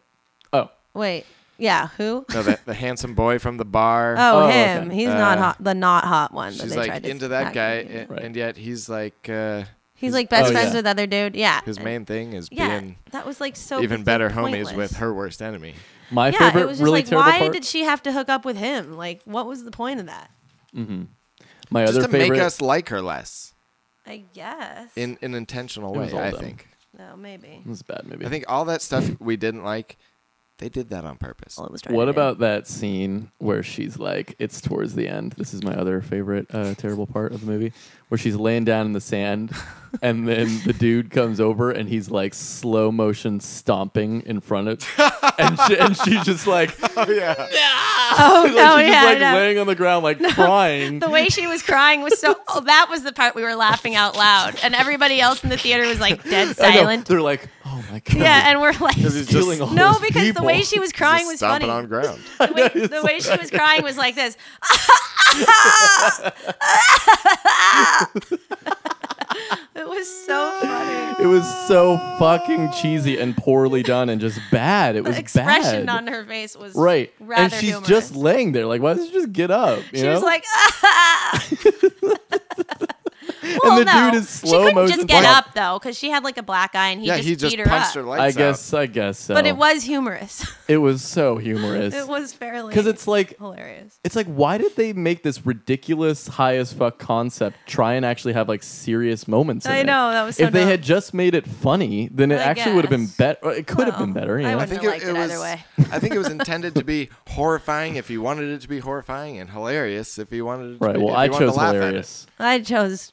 A: Oh,
B: Wait. Yeah. Who?
C: No, the, the handsome boy from the bar.
B: Oh,
A: Oh,
B: him.
A: okay.
B: He's not hot. The not hot one. that
C: She's
B: they tried
C: like
B: to
C: into that
B: smack
C: guy, eh,
B: him.
C: and,
A: Right.
C: and yet he's like uh,
B: He's like best
A: Oh,
B: friends
A: yeah.
B: with other dude. Yeah.
C: his main thing is
B: Yeah.
C: being
B: That was like so.
C: even better homies
B: pointless.
C: with her worst enemy.
A: my
B: Yeah,
A: favorite
B: it was just
A: really
B: like,
A: terrible
B: why
A: part.
B: did she have to hook up with him? Like, what was the point of that?
A: my
C: Just
A: other
C: to
A: favorite.
C: make us like her less
B: I guess.
C: in an intentional
A: It
C: way,
A: was all
C: I
A: them.
C: think.
B: no, maybe.
A: this is a bad movie.
C: I think all that stuff we didn't like, they did that on purpose.
B: Well, it was trying
A: What
B: to do.
A: about that scene where she's like, it's towards the end? This is my other favorite uh, terrible part of the movie, where she's laying down in the sand, and then the dude comes over and he's like slow motion stomping in front of, and, she, and she's just like,
B: Oh
A: like,
B: no,
A: she's
B: yeah,
A: just like
B: I know.
A: laying on the ground like crying.
B: The way she was crying was so. Oh, that was the part we were laughing out loud, and everybody else in the theater was like dead
A: I know.
B: silent.
A: They're like, oh my god.
B: Yeah, and we're like,
A: he's killing all
B: no,
A: those
B: because the way
A: people.
B: she was crying
C: Just
B: was
C: stomping
B: funny.
C: on ground.
B: The way, the way she was crying was like this. it was so funny.
A: it was so fucking cheesy and poorly done and just bad. It was
B: The expression
A: bad.
B: on her face was
A: right.
B: Rather
A: and she's
B: humorous.
A: just laying there. Like, why doesn't she just get up? You
B: she
A: know?
B: was like, ah. well,
A: the
B: no.
A: dude is
B: She
A: slow
B: couldn't
A: motion
B: just get
A: punch-
B: up though, because she had like a black eye, and he
C: yeah,
B: just
C: he just
B: beat her
C: punched
B: up.
C: her lights
A: I
C: out.
A: guess I guess so.
B: But it was humorous.
A: it was so humorous.
B: it was fairly
A: Because it's like
B: hilarious.
A: it's like why did they make this ridiculous high as fuck concept try and actually have like serious moments in
B: I
A: it?
B: know, that was so
A: if they
B: dumb.
A: had just made it funny then it
B: I
A: actually would have been
B: guess.
A: better it could have been
B: Well,
A: better you
B: I
A: know?
B: wouldn't have liked it
C: was.
B: either way.
C: I think it was intended to be horrifying if you wanted it to be horrifying, and hilarious if you wanted it. To
A: right
C: be,
A: well
C: if
A: i
C: you wanted to
A: chose
C: laugh at it.
A: hilarious
B: I chose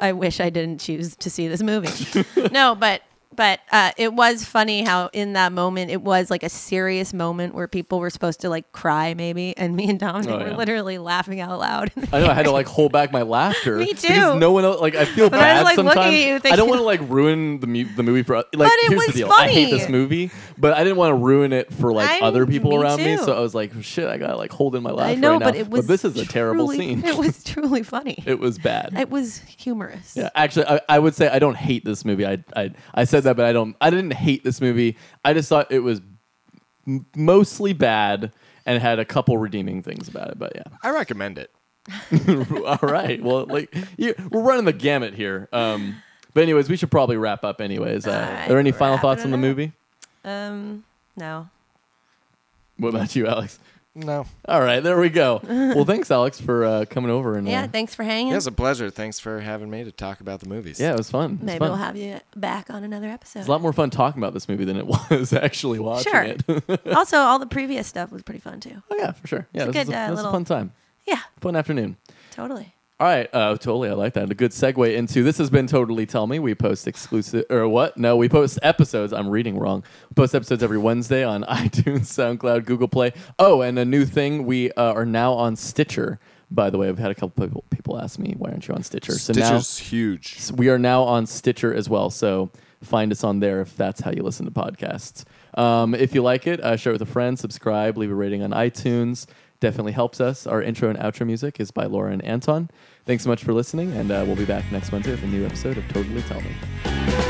B: I wish I didn't choose to see this movie. no, but but uh, it was funny how in that moment it was like a serious moment where people were supposed to like cry maybe, and me and Dominic
A: Oh,
B: were
A: yeah.
B: literally laughing out loud.
A: I know I had to like hold back my laughter.
B: Me
A: Because
B: too.
A: no one else. Like I feel
B: I was,
A: bad
B: like, looking
A: sometimes.
B: at you
A: I don't
B: thinking-
A: want to like ruin the mu- the movie for like.
B: it
A: here's the
B: was
A: deal. I hate this
B: funny.
A: movie, but I didn't want to ruin it for like
B: I'm-
A: other people
B: me
A: around me.
B: too.
A: So I was like, shit, I gotta like hold in my laughter
B: I know,
A: right now.
B: but it was.
A: this is a terrible
B: truly-
A: scene.
B: It was truly funny.
A: It was bad.
B: It was humorous.
A: yeah, actually, I, I would say I don't hate this movie. I, I I said that, but I don't. I didn't hate this movie. I just thought it was m- mostly bad and had a couple redeeming things about it. But yeah.
C: I recommend it.
A: All right. Well, like you, we're running the gamut here. Um, but anyways, we should probably wrap up. Anyways, uh,
B: All
A: are
B: right,
A: there any final
B: wrapping
A: thoughts on
B: it
A: the
B: up.
A: movie?
B: Um. No.
A: What about you, Alex?
C: No.
A: All right, there we go. Well, thanks, Alex, for uh, coming over and
B: Yeah.
A: uh,
B: Thanks for hanging.
C: It was a pleasure. Thanks for having me to talk about the movies.
A: yeah, it was fun. It was
B: Maybe
A: fun.
B: we'll have you back on another episode.
A: it's a lot more fun talking about this movie than it was actually watching
B: Sure.
A: it. oh
B: also, all the previous stuff was pretty fun too.
A: yeah, for sure. Yeah,
B: It's a
A: this, was,
B: good,
A: a,
B: uh,
A: this was a
B: little-
A: fun time,
B: Yeah,
A: fun afternoon.
B: totally.
A: All right, uh, totally. I like that. A good segue into this has been totally tell me. We post exclusive or what? No, we post episodes. I'm reading wrong. We post episodes every Wednesday on iTunes, SoundCloud, Google Play. Oh, and a new thing: we uh, are now on Stitcher. By the way, I've had a couple people people ask me why aren't you on Stitcher.
C: Stitcher's huge.
A: So now we are now on Stitcher as well. So find us on there if that's how you listen to podcasts. Um, if you like it, uh, share it with a friend, subscribe, leave a rating on iTunes. Definitely helps us. Our intro and outro music is by Laura and Anton. Thanks so much for listening, and uh, we'll be back next Wednesday with a new episode of Totally Tell Me.